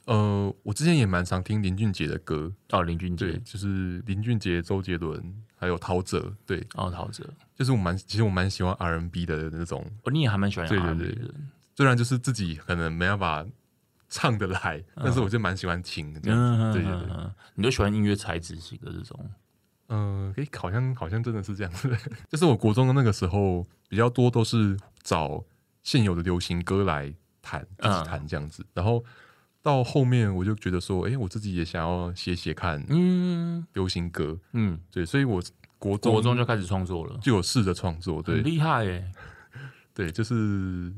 [SPEAKER 2] 呃，我之前也蛮常听林俊杰的歌，
[SPEAKER 1] 哦，林俊
[SPEAKER 2] 对，
[SPEAKER 1] 杰，
[SPEAKER 2] 就是林俊杰、周杰伦还有陶喆，对，
[SPEAKER 1] 哦，陶喆，
[SPEAKER 2] 就是我蛮，其实我蛮喜欢 R&B 的那种，
[SPEAKER 1] 哦，你也还蛮喜欢
[SPEAKER 2] 对对
[SPEAKER 1] R&B
[SPEAKER 2] 对
[SPEAKER 1] 的。
[SPEAKER 2] 虽然就是自己可能没办法唱得来，但是我就蛮喜欢听的这样子。
[SPEAKER 1] 嗯
[SPEAKER 2] 对对对，
[SPEAKER 1] 嗯，你都喜欢音乐才子型的这种，
[SPEAKER 2] 嗯、诶，好像好像真的是这样子。 [laughs] 就是我国中的那个时候，比较多都是找现有的流行歌来弹，自己弹这样
[SPEAKER 1] 嗯
[SPEAKER 2] 子。然后到后面我就觉得说，诶，我自己也想要写写看
[SPEAKER 1] 嗯
[SPEAKER 2] 流行歌，
[SPEAKER 1] 嗯，
[SPEAKER 2] 对，所以我国中
[SPEAKER 1] 国中就嗯开始创作了，
[SPEAKER 2] 就有试着创作，
[SPEAKER 1] 很
[SPEAKER 2] 对
[SPEAKER 1] 厉害耶！
[SPEAKER 2] 对，就是。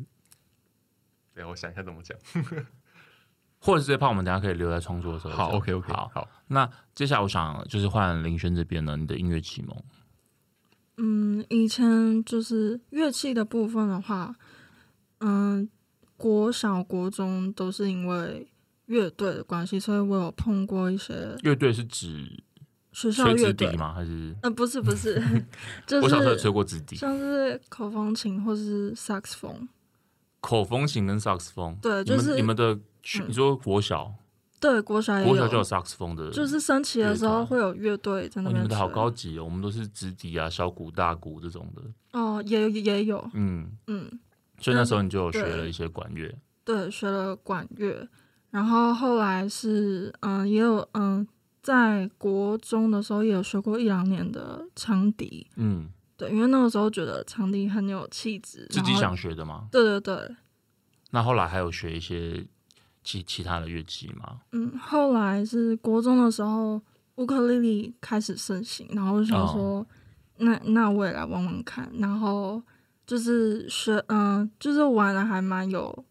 [SPEAKER 2] 对，我想一下怎么讲。
[SPEAKER 1] 或者是怕我们等一下可以留在创作的时候讲。
[SPEAKER 2] 好，OK OK，
[SPEAKER 1] 好。
[SPEAKER 2] 好，
[SPEAKER 1] 那接下来我想就是换林轩这边呢，你的音乐启蒙，
[SPEAKER 3] 嗯，以前就是乐器的部分的话，嗯，国小、国中都是因为乐队的关系，所以我有碰过一些
[SPEAKER 1] 乐队是指
[SPEAKER 3] 学校
[SPEAKER 1] 吹
[SPEAKER 3] 乐
[SPEAKER 1] 纸
[SPEAKER 3] 队
[SPEAKER 1] 笛。吗？还是
[SPEAKER 3] 呃，不是
[SPEAKER 1] [laughs]
[SPEAKER 3] 不是，就
[SPEAKER 1] 我小时候有
[SPEAKER 3] 是
[SPEAKER 1] 吹过纸笛，
[SPEAKER 3] 像是口风琴或是萨克斯风，
[SPEAKER 1] 口风琴跟萨克斯风。
[SPEAKER 3] 对
[SPEAKER 1] 你们
[SPEAKER 3] 就是
[SPEAKER 1] 你们的，
[SPEAKER 3] 嗯
[SPEAKER 1] 你说国小，
[SPEAKER 3] 对，国小也
[SPEAKER 1] 国小就有
[SPEAKER 3] 有，
[SPEAKER 1] 萨克斯风的，
[SPEAKER 3] 就是升旗的时
[SPEAKER 1] 乐
[SPEAKER 3] 候
[SPEAKER 1] 团
[SPEAKER 3] 会有乐队在
[SPEAKER 1] 哦
[SPEAKER 3] 那
[SPEAKER 1] 你
[SPEAKER 3] 边
[SPEAKER 1] 们的好
[SPEAKER 3] 吹
[SPEAKER 1] 高级哦，我们都是直笛啊、小鼓、大鼓这种的。
[SPEAKER 3] 哦，也有也有，
[SPEAKER 1] 嗯，
[SPEAKER 3] 嗯，
[SPEAKER 1] 所以那时候你就有学
[SPEAKER 3] 对
[SPEAKER 1] 了一些管乐。
[SPEAKER 3] 对，学了管乐，然后后来是嗯，也有嗯，在国中的时候也有学过一两年的长笛，
[SPEAKER 1] 嗯，
[SPEAKER 3] 对，因为那个时候觉得长笛很有气质，
[SPEAKER 1] 自己
[SPEAKER 3] 然后
[SPEAKER 1] 想学的吗？
[SPEAKER 3] 对对对，
[SPEAKER 1] 那后来还有学一些其其他的乐器吗？
[SPEAKER 3] 嗯，后来是国中的时候，乌克丽丽开始盛行，然后就想
[SPEAKER 1] 哦
[SPEAKER 3] 说，那那我也来玩玩看，然后就是学，嗯、就是玩的还蛮有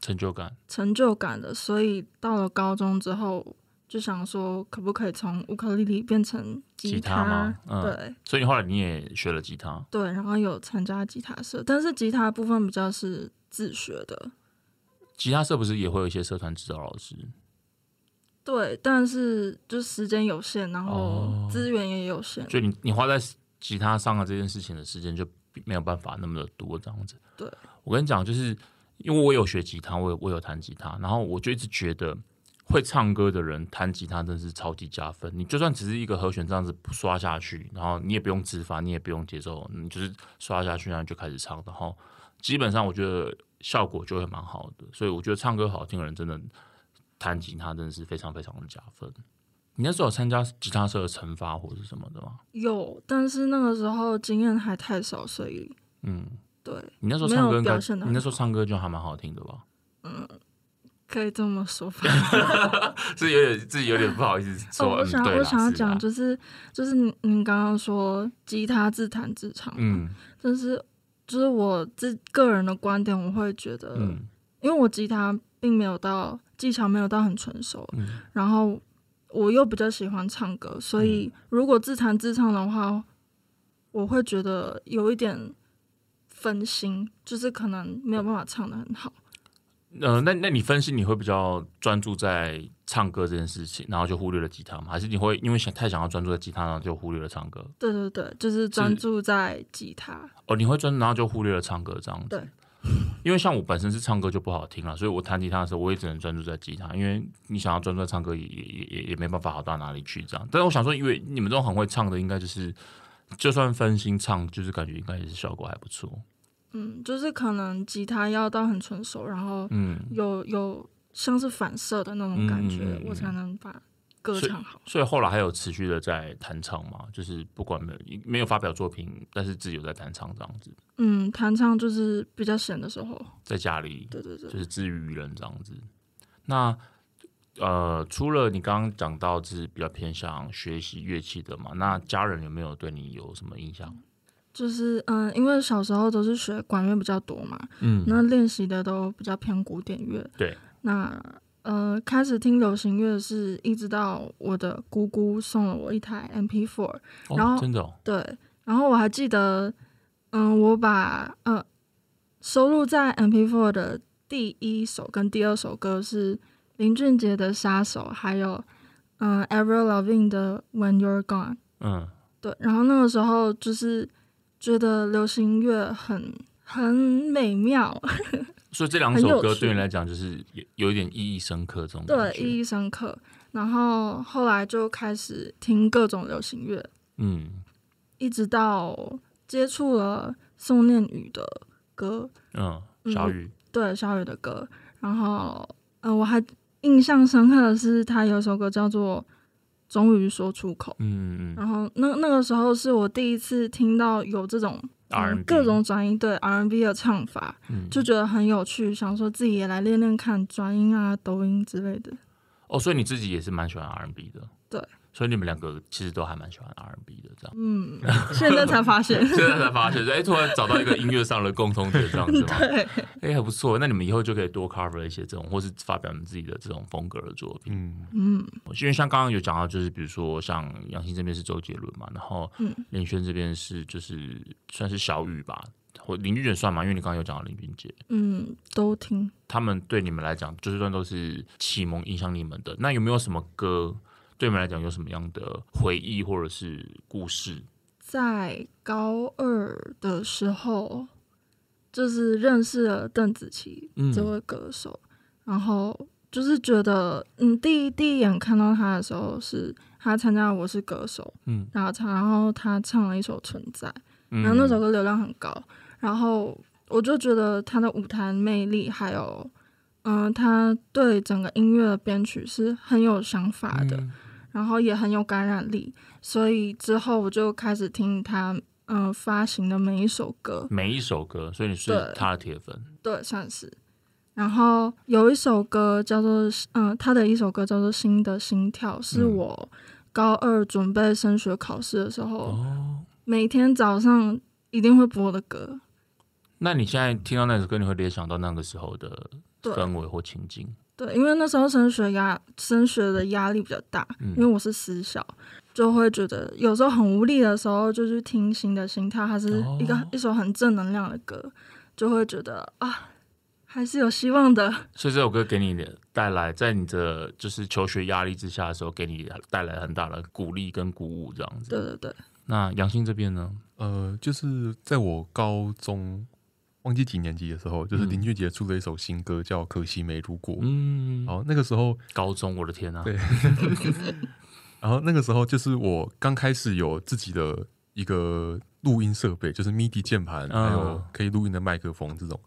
[SPEAKER 1] 成就感，
[SPEAKER 3] 成就感的，所以到了高中之后，就想说，可不可以从乌克丽丽变成
[SPEAKER 1] 吉他吗嗯
[SPEAKER 3] 对
[SPEAKER 1] 所以后来你也学了吉他。
[SPEAKER 3] 对，然后有参加吉他社，但是吉他部分比较是自学的，
[SPEAKER 1] 吉他社不是也会有一些社团指导老师？
[SPEAKER 3] 对，但是就时间有限，然后
[SPEAKER 1] 哦
[SPEAKER 3] 资源也有限，
[SPEAKER 1] 所以你你花在吉他上的这件事情的时间就比没有办法那么的多这样子。
[SPEAKER 3] 对，
[SPEAKER 1] 我跟你讲，就是因为我有学吉他，我有我有弹吉他，然后我就一直觉得会唱歌的人弹吉他真是超级加分。你就算只是一个和弦这样子刷下去，然后你也不用指法，你也不用节奏，你就是刷下去，然后就开始唱，然后基本上我觉得效果就会蛮好的。所以我觉得唱歌好听的人真的弹吉他真的是非常非常的加分。你那时候有参加吉他社的惩罚或者什么的吗？
[SPEAKER 3] 有，但是那个时候经验还太少，所以
[SPEAKER 1] 嗯，
[SPEAKER 3] 对，
[SPEAKER 1] 你那时候唱歌应
[SPEAKER 3] 没有
[SPEAKER 1] 该，
[SPEAKER 3] 表现得很好
[SPEAKER 1] 你那时候唱歌就还蛮好听的吧？
[SPEAKER 3] 可以这么
[SPEAKER 1] [laughs]
[SPEAKER 3] 说吧。
[SPEAKER 1] 是有点自己有点不好意思说。
[SPEAKER 3] 哦，我想、
[SPEAKER 1] 嗯、对
[SPEAKER 3] 我
[SPEAKER 1] 啦
[SPEAKER 3] 想要
[SPEAKER 1] 是啦
[SPEAKER 3] 讲，就是就是您您刚刚说吉他自弹自唱，，
[SPEAKER 1] 嗯
[SPEAKER 3] 但是就是我自个人的观点，我会觉得，
[SPEAKER 1] 嗯
[SPEAKER 3] 因为我吉他并没有到技巧没有到很成熟，
[SPEAKER 1] 嗯
[SPEAKER 3] 然后我又比较喜欢唱歌，所以
[SPEAKER 1] 嗯
[SPEAKER 3] 如果自弹自唱的话，我会觉得有一点分心，就是可能没有办法唱的很好。
[SPEAKER 1] 呃，那那你分析你会比较专注在唱歌这件事情，然后就忽略了吉他吗？还是你会因为想太想要专注在吉他，然后就忽略了唱歌？
[SPEAKER 3] 对对对，就是专注在吉他。
[SPEAKER 1] 哦，你会专注，然后就忽略了唱歌这样子。
[SPEAKER 3] 对，
[SPEAKER 1] 因为像我本身是唱歌就不好听了，所以我弹吉他的时候，我也只能专注在吉他，因为你想要专注在唱歌也，也也也也没办法好到哪里去这样。但是我想说，因为你们这种很会唱的，应该就是就算分心唱，就是感觉应该也是效果还不错。
[SPEAKER 3] 嗯，就是可能吉他要到很纯熟，然后
[SPEAKER 1] 嗯，
[SPEAKER 3] 有有像是反射的那种感觉，
[SPEAKER 1] 嗯嗯嗯嗯
[SPEAKER 3] 我才能把歌
[SPEAKER 1] 所以
[SPEAKER 3] 唱好。
[SPEAKER 1] 所以后来还有持续的在弹唱嘛，就是不管没有没有发表作品，但是自己有在弹唱这样子，
[SPEAKER 3] 嗯，弹唱就是比较闲的时候，
[SPEAKER 1] 在家里
[SPEAKER 3] 对对对
[SPEAKER 1] 就，是自娱于人这样子。那呃，除了你刚刚讲到是比较偏向学习乐器的嘛，那家人有没有对你有什么影响？
[SPEAKER 3] 就是嗯，因为小时候都是学管乐比较多嘛，
[SPEAKER 1] 嗯
[SPEAKER 3] 那练习的都比较偏古典乐。
[SPEAKER 1] 对，
[SPEAKER 3] 那呃，开始听流行乐是一直到我的姑姑送了我一台 MP4，
[SPEAKER 1] 哦
[SPEAKER 3] 然后
[SPEAKER 1] 真的、哦，
[SPEAKER 3] 对，然后我还记得，嗯，我把呃收录在 MP4 的第一首跟第二首歌是林俊杰的《杀手》，还有嗯 Avril Lavigne 的《When You're Gone》。
[SPEAKER 1] 嗯，
[SPEAKER 3] 对，然后那个时候就是觉得流行乐很很美妙，
[SPEAKER 1] 所以这两
[SPEAKER 3] 很
[SPEAKER 1] 首
[SPEAKER 3] 有
[SPEAKER 1] 歌
[SPEAKER 3] 趣
[SPEAKER 1] 对你来讲就是有有一点意义深刻这种感
[SPEAKER 3] 对，
[SPEAKER 1] 觉，
[SPEAKER 3] 意义深刻。然后后来就开始听各种流行乐，
[SPEAKER 1] 嗯
[SPEAKER 3] 一直到接触了宋念宇的歌，
[SPEAKER 1] 嗯，
[SPEAKER 3] 嗯
[SPEAKER 1] 小雨，
[SPEAKER 3] 对小雨的歌，然后呃，我还印象深刻的是他有一首歌叫做《终于说出口》，
[SPEAKER 1] 嗯嗯嗯
[SPEAKER 3] 然后那那个时候是我第一次听到有这种、嗯、
[SPEAKER 1] ，R
[SPEAKER 3] 各种转音对 R&B 的唱法，
[SPEAKER 1] 嗯
[SPEAKER 3] 就觉得很有趣，想说自己也来练练看转音啊、抖音之类的。
[SPEAKER 1] 哦，所以你自己也是蛮喜欢 R&B 的，
[SPEAKER 3] 对，。
[SPEAKER 1] 所以你们两个其实都还蛮喜欢 R&B 的，这样 [laughs]
[SPEAKER 3] 嗯，现在才发现，
[SPEAKER 1] 现在才发现，哎、突然找到一个音乐上的共通点，这样子吗？
[SPEAKER 3] [laughs] 对，
[SPEAKER 1] 哎、还不错。那你们以后就可以多 cover 一些这种，或是发表你们自己的这种风格的作品。
[SPEAKER 2] 嗯，
[SPEAKER 3] 嗯，
[SPEAKER 1] 因为像刚刚有讲到，就是比如说像杨欣这边是周杰伦嘛，然后
[SPEAKER 3] 嗯
[SPEAKER 1] 林轩这边是就是算是小雨吧，或林俊杰算嘛，因为你刚刚有讲到林俊杰，
[SPEAKER 3] 嗯，都听。
[SPEAKER 1] 他们对你们来讲，就是算都是启蒙影响你们的。那有没有什么歌对你们来讲有什么样的回忆或者是故事？
[SPEAKER 3] 在高二的时候，就是认识了邓紫棋
[SPEAKER 1] 嗯
[SPEAKER 3] 这位歌手，然后就是觉得，嗯，第一第一眼看到她的时候是她参加《我是歌手》，
[SPEAKER 1] 嗯
[SPEAKER 3] 然后她然后她唱了一首《存在》，
[SPEAKER 1] 嗯
[SPEAKER 3] 然后那首歌流量很高，然后我就觉得她的舞台魅力还有嗯、他对整个音乐的编曲是很有想法的，
[SPEAKER 1] 嗯
[SPEAKER 3] 然后也很有感染力，所以之后我就开始听他嗯、呃发行的每一首歌，
[SPEAKER 1] 每一首歌，所以你是
[SPEAKER 3] 对
[SPEAKER 1] 他的铁粉。
[SPEAKER 3] 对，算是。然后有一首歌叫做嗯、他的一首歌叫做《新的心跳》，是
[SPEAKER 1] 嗯
[SPEAKER 3] 我高二准备升学考试的时候，
[SPEAKER 1] 哦，
[SPEAKER 3] 每天早上一定会播的歌。
[SPEAKER 1] 那你现在听到那首歌，你会联想到那个时候的
[SPEAKER 3] 对
[SPEAKER 1] 氛围或情境？
[SPEAKER 3] 对，因为那时候升学压升学的压力比较大，
[SPEAKER 1] 嗯
[SPEAKER 3] 因为我是私校，就会觉得有时候很无力的时候，就去听《新的心跳》，它是一个、
[SPEAKER 1] 哦
[SPEAKER 3] 一首很正能量的歌，就会觉得啊，还是有希望的。
[SPEAKER 1] 所以这首歌给你的带来，在你的就是求学压力之下的时候，给你带来很大的鼓励跟鼓舞，这样
[SPEAKER 3] 对
[SPEAKER 1] 子。
[SPEAKER 3] 对对，
[SPEAKER 1] 那杨欣这边呢？
[SPEAKER 2] 呃，就是在我高中忘记几年级的时候，就是
[SPEAKER 1] 嗯
[SPEAKER 2] 林俊杰出了一首新歌叫《可惜没如果》。
[SPEAKER 1] 嗯，
[SPEAKER 2] 然后那个时候，
[SPEAKER 1] 高中，我的天啊！
[SPEAKER 2] 对然后那个时候就是我刚开始有自己的一个录音设备，就是 MIDI 键盘，
[SPEAKER 1] 嗯
[SPEAKER 2] 还有可以录音的麦克风这种。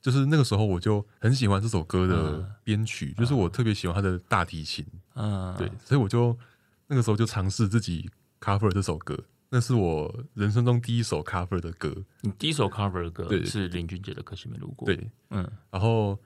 [SPEAKER 2] 就是那个时候，我就很喜欢这首歌
[SPEAKER 1] 嗯
[SPEAKER 2] 的编曲，就是我特别喜欢它的大提琴，
[SPEAKER 1] 嗯，
[SPEAKER 2] 对，所以我就那个时候就尝试自己 cover 这首歌，那是我人生中第一首 cover 的歌，
[SPEAKER 1] 你第一首 cover 的歌
[SPEAKER 2] 对
[SPEAKER 1] 是林俊杰的《可惜没路过》。，
[SPEAKER 2] 对，
[SPEAKER 1] 嗯，
[SPEAKER 2] 然后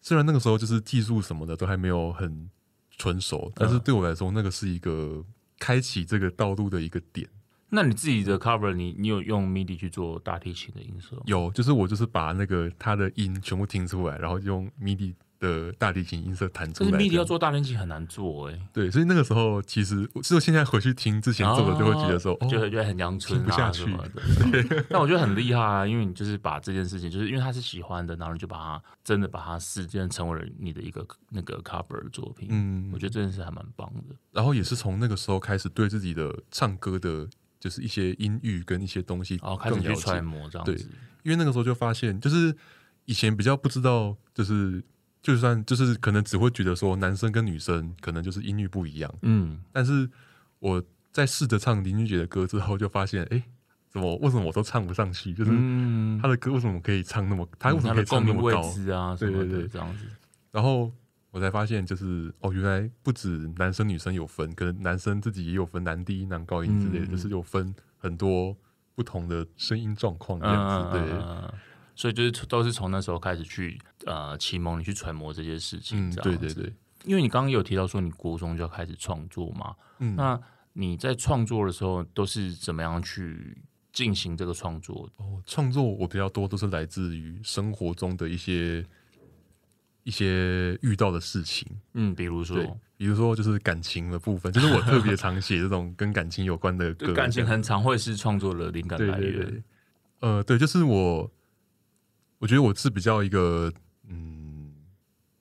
[SPEAKER 2] 虽然那个时候就是技术什么的都还没有很纯熟，
[SPEAKER 1] 嗯
[SPEAKER 2] 但是对我来说，那个是一个开启这个道路的一个点。
[SPEAKER 1] 那你自己的 cover，你你有用 MIDI 去做大提琴的音色吗？
[SPEAKER 2] 有，就是我就是把那个它的音全部听出来，然后用 MIDI 的大提琴音色弹出
[SPEAKER 1] 但
[SPEAKER 2] 来
[SPEAKER 1] 是
[SPEAKER 2] 这样。
[SPEAKER 1] MIDI 要做大提琴很难做哎、
[SPEAKER 2] 对，所以那个时候其实，就现在回去听之前做的，就会觉得说，
[SPEAKER 1] 哦就
[SPEAKER 2] 哦，
[SPEAKER 1] 会觉得很阳春
[SPEAKER 2] 听不下
[SPEAKER 1] 啊
[SPEAKER 2] 去
[SPEAKER 1] 什么的。
[SPEAKER 2] [laughs]
[SPEAKER 1] 但我觉得很厉害啊，因为你就是把这件事情，就是因为他是喜欢的，然后你就把它真的把它实践成为了你的一个那个 cover 的作品。
[SPEAKER 2] 嗯
[SPEAKER 1] 我觉得这件事还蛮棒的。
[SPEAKER 2] 然后也是从那个时候开始对自己的唱歌的，就是一些音域跟一些东西
[SPEAKER 1] 然哦后开始
[SPEAKER 2] 更了
[SPEAKER 1] 去
[SPEAKER 2] 解
[SPEAKER 1] 揣。摩这样
[SPEAKER 2] 对
[SPEAKER 1] 子，
[SPEAKER 2] 因为那个时候就发现，就是以前比较不知道，就是就算就是可能只会觉得说男生跟女生可能就是音域不一样，
[SPEAKER 1] 嗯，
[SPEAKER 2] 但是我在试着唱林俊杰的歌之后，就发现，哎，怎么为什么我都唱不上去？就是
[SPEAKER 1] 嗯，
[SPEAKER 2] 他的歌为什么可以唱那么，嗯他为什
[SPEAKER 1] 他
[SPEAKER 2] 么可
[SPEAKER 1] 的
[SPEAKER 2] 以
[SPEAKER 1] 共
[SPEAKER 2] 唱那
[SPEAKER 1] 鸣
[SPEAKER 2] 么
[SPEAKER 1] 位
[SPEAKER 2] 高？
[SPEAKER 1] 置啊什
[SPEAKER 2] 对
[SPEAKER 1] 么
[SPEAKER 2] 对
[SPEAKER 1] 的
[SPEAKER 2] 对
[SPEAKER 1] 这样子。
[SPEAKER 2] 然后我才发现，就是哦，原来不止男生女生有分，可能男生自己也有分男低音、男高音之类的，
[SPEAKER 1] 嗯
[SPEAKER 2] 就是有分很多不同的声音状况这
[SPEAKER 1] 嗯，
[SPEAKER 2] 样子。对，
[SPEAKER 1] 嗯嗯所以就是都是从那时候开始去呃启蒙你去揣摩这些事情，
[SPEAKER 2] 嗯，
[SPEAKER 1] 这样
[SPEAKER 2] 对对
[SPEAKER 1] 子
[SPEAKER 2] 对，
[SPEAKER 1] 因为你刚刚有提到说你国中就要开始创作嘛，
[SPEAKER 2] 嗯，
[SPEAKER 1] 那你在创作的时候都是怎么样去进行这个创作的？
[SPEAKER 2] 哦，创作我比较多都是来自于生活中的一些一些遇到的事情，
[SPEAKER 1] 嗯，比如
[SPEAKER 2] 对
[SPEAKER 1] 说，
[SPEAKER 2] 比如说就是感情的部分，就是我特别常写这种跟感情有
[SPEAKER 1] [laughs]
[SPEAKER 2] 关的歌，
[SPEAKER 1] 感情很常会是创作的灵感
[SPEAKER 2] 对
[SPEAKER 1] 来
[SPEAKER 2] 对
[SPEAKER 1] 源。
[SPEAKER 2] 对，呃，对，就是我，我觉得我是比较一个嗯，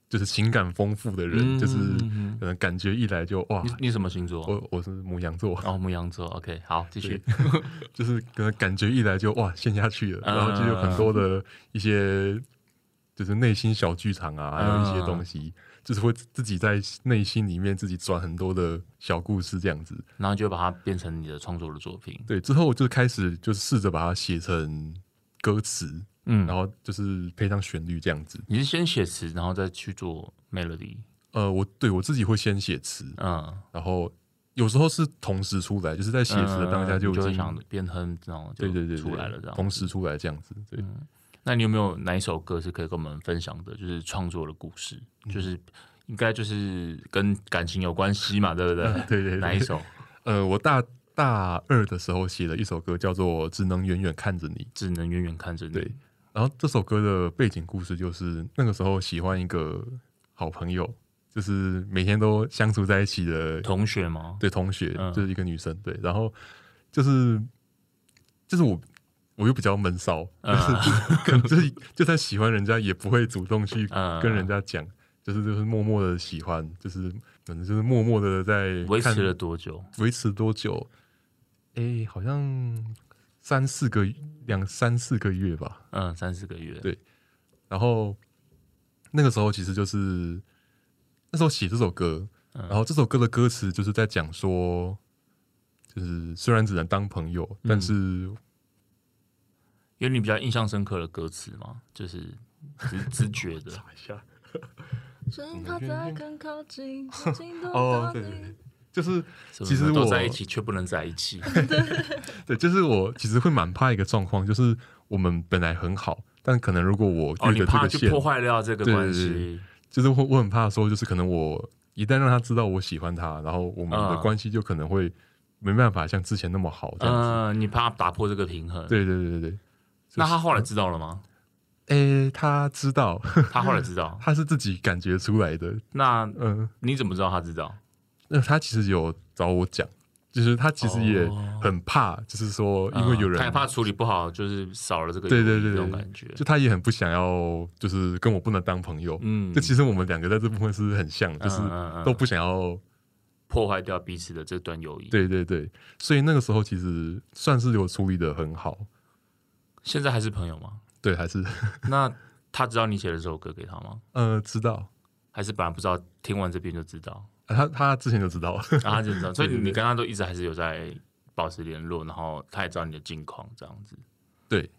[SPEAKER 2] 就是情感丰富的
[SPEAKER 1] 嗯
[SPEAKER 2] 人，就是
[SPEAKER 1] 嗯
[SPEAKER 2] 可能感觉一来就哇
[SPEAKER 1] 你，你什么星座？
[SPEAKER 2] 我我是母羊座，
[SPEAKER 1] 哦，牧羊座。OK，好，继续。
[SPEAKER 2] 就是可能感觉一来就哇陷下去了，
[SPEAKER 1] 嗯
[SPEAKER 2] 然后就有很多的一些就是内心小剧场啊，还有一些东
[SPEAKER 1] 嗯
[SPEAKER 2] 西，就是会自己在内心里面自己转很多的小故事这样子。
[SPEAKER 1] 然后就把它变成你的创作的作品。
[SPEAKER 2] 对，之后我就开始就是试着把它写成歌词，
[SPEAKER 1] 嗯，
[SPEAKER 2] 然后就是配上旋律这样子。
[SPEAKER 1] 你是先写词，然后再去做 melody。
[SPEAKER 2] 呃，我对我自己会先写词，
[SPEAKER 1] 嗯，
[SPEAKER 2] 然后有时候是同时出来，就是在写词的当下
[SPEAKER 1] 嗯
[SPEAKER 2] 就
[SPEAKER 1] 你
[SPEAKER 2] 已
[SPEAKER 1] 就会
[SPEAKER 2] 经、
[SPEAKER 1] 想变哼，然后就
[SPEAKER 2] 对对对对
[SPEAKER 1] 出来了这样。嗯
[SPEAKER 2] 同时出来这样子。对，
[SPEAKER 1] 那你有没有哪一首歌是可以跟我们分享的？就是创作的故事，
[SPEAKER 2] 嗯
[SPEAKER 1] 就是应该就是跟感情有关系嘛，对不对？
[SPEAKER 2] [laughs] 对对对
[SPEAKER 1] 哪一首？
[SPEAKER 2] 呃，我大大二的时候写了一首歌，叫做《只能远远看着你》。
[SPEAKER 1] 只能远远看着你。
[SPEAKER 2] 对，然后这首歌的背景故事就是那个时候喜欢一个好朋友，就是每天都相处在一起的
[SPEAKER 1] 同学吗？
[SPEAKER 2] 对同学，
[SPEAKER 1] 嗯
[SPEAKER 2] 就是一个女生。对，然后就是就是我。我又比较闷骚， [laughs]
[SPEAKER 1] 嗯
[SPEAKER 2] 可能就是就算喜欢人家，也不会主动去
[SPEAKER 1] 嗯
[SPEAKER 2] 跟人家讲，就是就是默默的喜欢，就是可能就是默默的在
[SPEAKER 1] 维持
[SPEAKER 2] 看
[SPEAKER 1] 了多久？
[SPEAKER 2] 维持多久？诶，好像三四个两三四个月吧。
[SPEAKER 1] 嗯，三四个月。
[SPEAKER 2] 对然后那个时候其实就是那时候写这首歌，
[SPEAKER 1] 嗯
[SPEAKER 2] 然后这首歌的歌词就是在讲说，就是虽然只能当朋友，
[SPEAKER 1] 嗯
[SPEAKER 2] 但是
[SPEAKER 1] [laughs] 有你比较印象深刻的歌词吗？就是直直觉的。
[SPEAKER 2] [laughs] 查一下，
[SPEAKER 3] 声音靠得更靠
[SPEAKER 2] [laughs]
[SPEAKER 3] 近，近都
[SPEAKER 2] 哦
[SPEAKER 3] 到
[SPEAKER 2] 对对
[SPEAKER 3] 你。
[SPEAKER 2] 就是
[SPEAKER 1] 是不
[SPEAKER 2] 其
[SPEAKER 1] 是
[SPEAKER 2] 实
[SPEAKER 1] 都
[SPEAKER 2] 我
[SPEAKER 1] 在一起却不能在一
[SPEAKER 2] [laughs]
[SPEAKER 1] 起，
[SPEAKER 2] 对，就是我其实会蛮怕一个状况，就是我们本来很好，但可能如果我
[SPEAKER 1] 哦，
[SPEAKER 2] 越
[SPEAKER 1] 你
[SPEAKER 2] 了这
[SPEAKER 1] 怕
[SPEAKER 2] 个
[SPEAKER 1] 就
[SPEAKER 2] 线，
[SPEAKER 1] 破坏掉这个
[SPEAKER 2] 对对
[SPEAKER 1] 关
[SPEAKER 2] 对
[SPEAKER 1] 系，
[SPEAKER 2] 就是会我很怕说，就是可能我一旦让他知道我喜欢他，然后我们的
[SPEAKER 1] 嗯
[SPEAKER 2] 关系就可能会没办法像之前那么好这样子。
[SPEAKER 1] 嗯、你怕打破这个平衡。，
[SPEAKER 2] 对对对对对，
[SPEAKER 1] 那他后来知道了吗？
[SPEAKER 2] 诶、他知道，
[SPEAKER 1] 他后来知
[SPEAKER 2] [laughs]
[SPEAKER 1] 道，
[SPEAKER 2] 他是自己感觉出来的。
[SPEAKER 1] 那
[SPEAKER 2] 嗯，
[SPEAKER 1] 你怎么知道他知道？
[SPEAKER 2] 那他其实有找我讲，就是他其实也
[SPEAKER 1] 哦
[SPEAKER 2] 很怕，就是说因为有
[SPEAKER 1] 嗯
[SPEAKER 2] 人、
[SPEAKER 1] 他也怕处理不好，就是少了这个
[SPEAKER 2] 对
[SPEAKER 1] 友
[SPEAKER 2] 对
[SPEAKER 1] 谊
[SPEAKER 2] 对
[SPEAKER 1] 这种
[SPEAKER 2] 对
[SPEAKER 1] 感觉。
[SPEAKER 2] 就他也很不想要，就是跟我不能当朋友。
[SPEAKER 1] 嗯，
[SPEAKER 2] 就其实我们两个在这部分是很像，就是
[SPEAKER 1] 嗯嗯嗯
[SPEAKER 2] 都不想要。
[SPEAKER 1] 破坏掉彼此的这段友谊。，
[SPEAKER 2] 对对对，所以那个时候其实算是有处理的很好。
[SPEAKER 1] 现在还是朋友吗？ [laughs]
[SPEAKER 2] 对，还是
[SPEAKER 1] 那他知道你写了这首歌给他吗？
[SPEAKER 2] [laughs] 呃知道，
[SPEAKER 1] 还是本来不知道，听完这边就知道， [laughs]
[SPEAKER 2] 啊、他他之前就知道了。
[SPEAKER 1] 然后他就
[SPEAKER 2] [laughs]
[SPEAKER 1] 知道，所以
[SPEAKER 2] 对对
[SPEAKER 1] 你跟他都一直还是有在保持联络，然后他也知道你的近况这样子。
[SPEAKER 2] 对，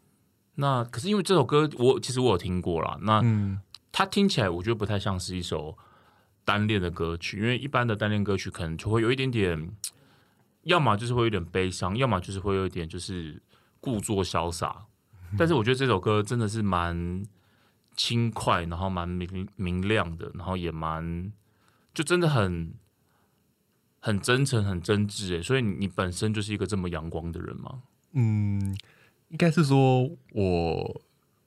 [SPEAKER 1] 那可是因为这首歌我其实我有听过啦，那
[SPEAKER 2] 嗯，
[SPEAKER 1] 它听起来我觉得不太像是一首单恋的歌曲，因为一般的单恋歌曲可能就会有一点点，要么就是会有点悲伤，要么就是会有一点就是故作潇
[SPEAKER 2] [laughs]
[SPEAKER 1] 洒。但是我觉得这首歌真的是蛮轻快，然后蛮明明亮的，然后也蛮就真的很很真诚、很真挚诶。欸所以你你本身就是一个这么阳光的人吗？
[SPEAKER 2] 嗯， [laughs] 应该是说我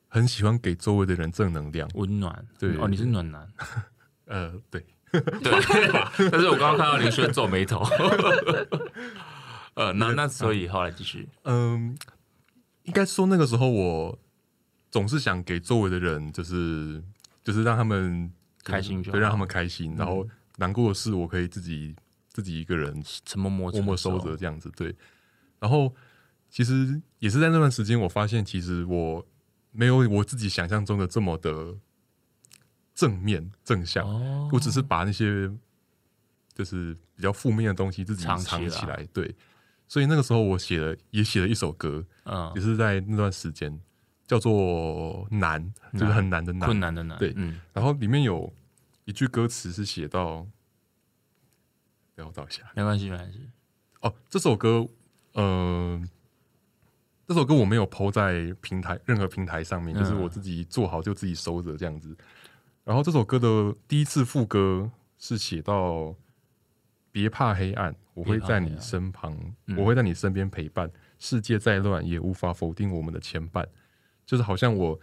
[SPEAKER 2] 很喜欢给周围的人正能量。
[SPEAKER 1] 温暖，
[SPEAKER 2] 对
[SPEAKER 1] 哦，你是暖男。
[SPEAKER 2] 呃，对，
[SPEAKER 1] 对， [laughs] 但是我刚刚看到林轩皱眉头。 [laughs] 呃，那那所以后来继续，
[SPEAKER 2] 嗯，应该说那个时候我总是想给周围的人，就是就是让他们
[SPEAKER 1] 开心就好
[SPEAKER 2] 对，让他们开心。然后难过的事，我可以自己自己一个人
[SPEAKER 1] 沉默默
[SPEAKER 2] 默默收着，这样子。对，然后其实也是在那段时间，我发现其实我没有我自己想象中的这么的正面正向，
[SPEAKER 1] 哦，
[SPEAKER 2] 我只是把那些就是比较负面的东西自己
[SPEAKER 1] 藏
[SPEAKER 2] 藏
[SPEAKER 1] 起来
[SPEAKER 2] 起来。对，所以那个时候我写了也写了一首歌，
[SPEAKER 1] 嗯
[SPEAKER 2] 也，是在那段时间。叫做难，就是很难的难。
[SPEAKER 1] 困难的难，
[SPEAKER 2] 对
[SPEAKER 1] 嗯，
[SPEAKER 2] 然后里面有一句歌词是写到，等我找一下。
[SPEAKER 1] 没关系，没关系，
[SPEAKER 2] 哦，这首歌，呃，这首歌我没有抛在平台任何平台上面，
[SPEAKER 1] 嗯
[SPEAKER 2] 就是我自己做好就自己收着这样子。然后这首歌的第一次副歌是写到“别怕黑暗，我会在你身旁，
[SPEAKER 1] 嗯
[SPEAKER 2] 我会在你身边陪伴。世界再乱，也无法否定我们的牵绊。”就是好像我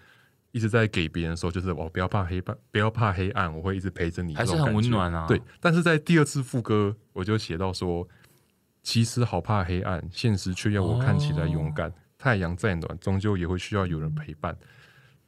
[SPEAKER 2] 一直在给别人说，就是哦，不要怕黑暗，不要怕黑暗，我会一直陪着你，
[SPEAKER 1] 还是
[SPEAKER 2] 这
[SPEAKER 1] 很
[SPEAKER 2] 种感
[SPEAKER 1] 温
[SPEAKER 2] 觉
[SPEAKER 1] 暖啊，
[SPEAKER 2] 对，，但是在第二次副歌，我就写到说，其实好怕黑暗，现实却要我看起来勇
[SPEAKER 1] 哦
[SPEAKER 2] 敢。太阳再暖，终究也会需要有人陪伴。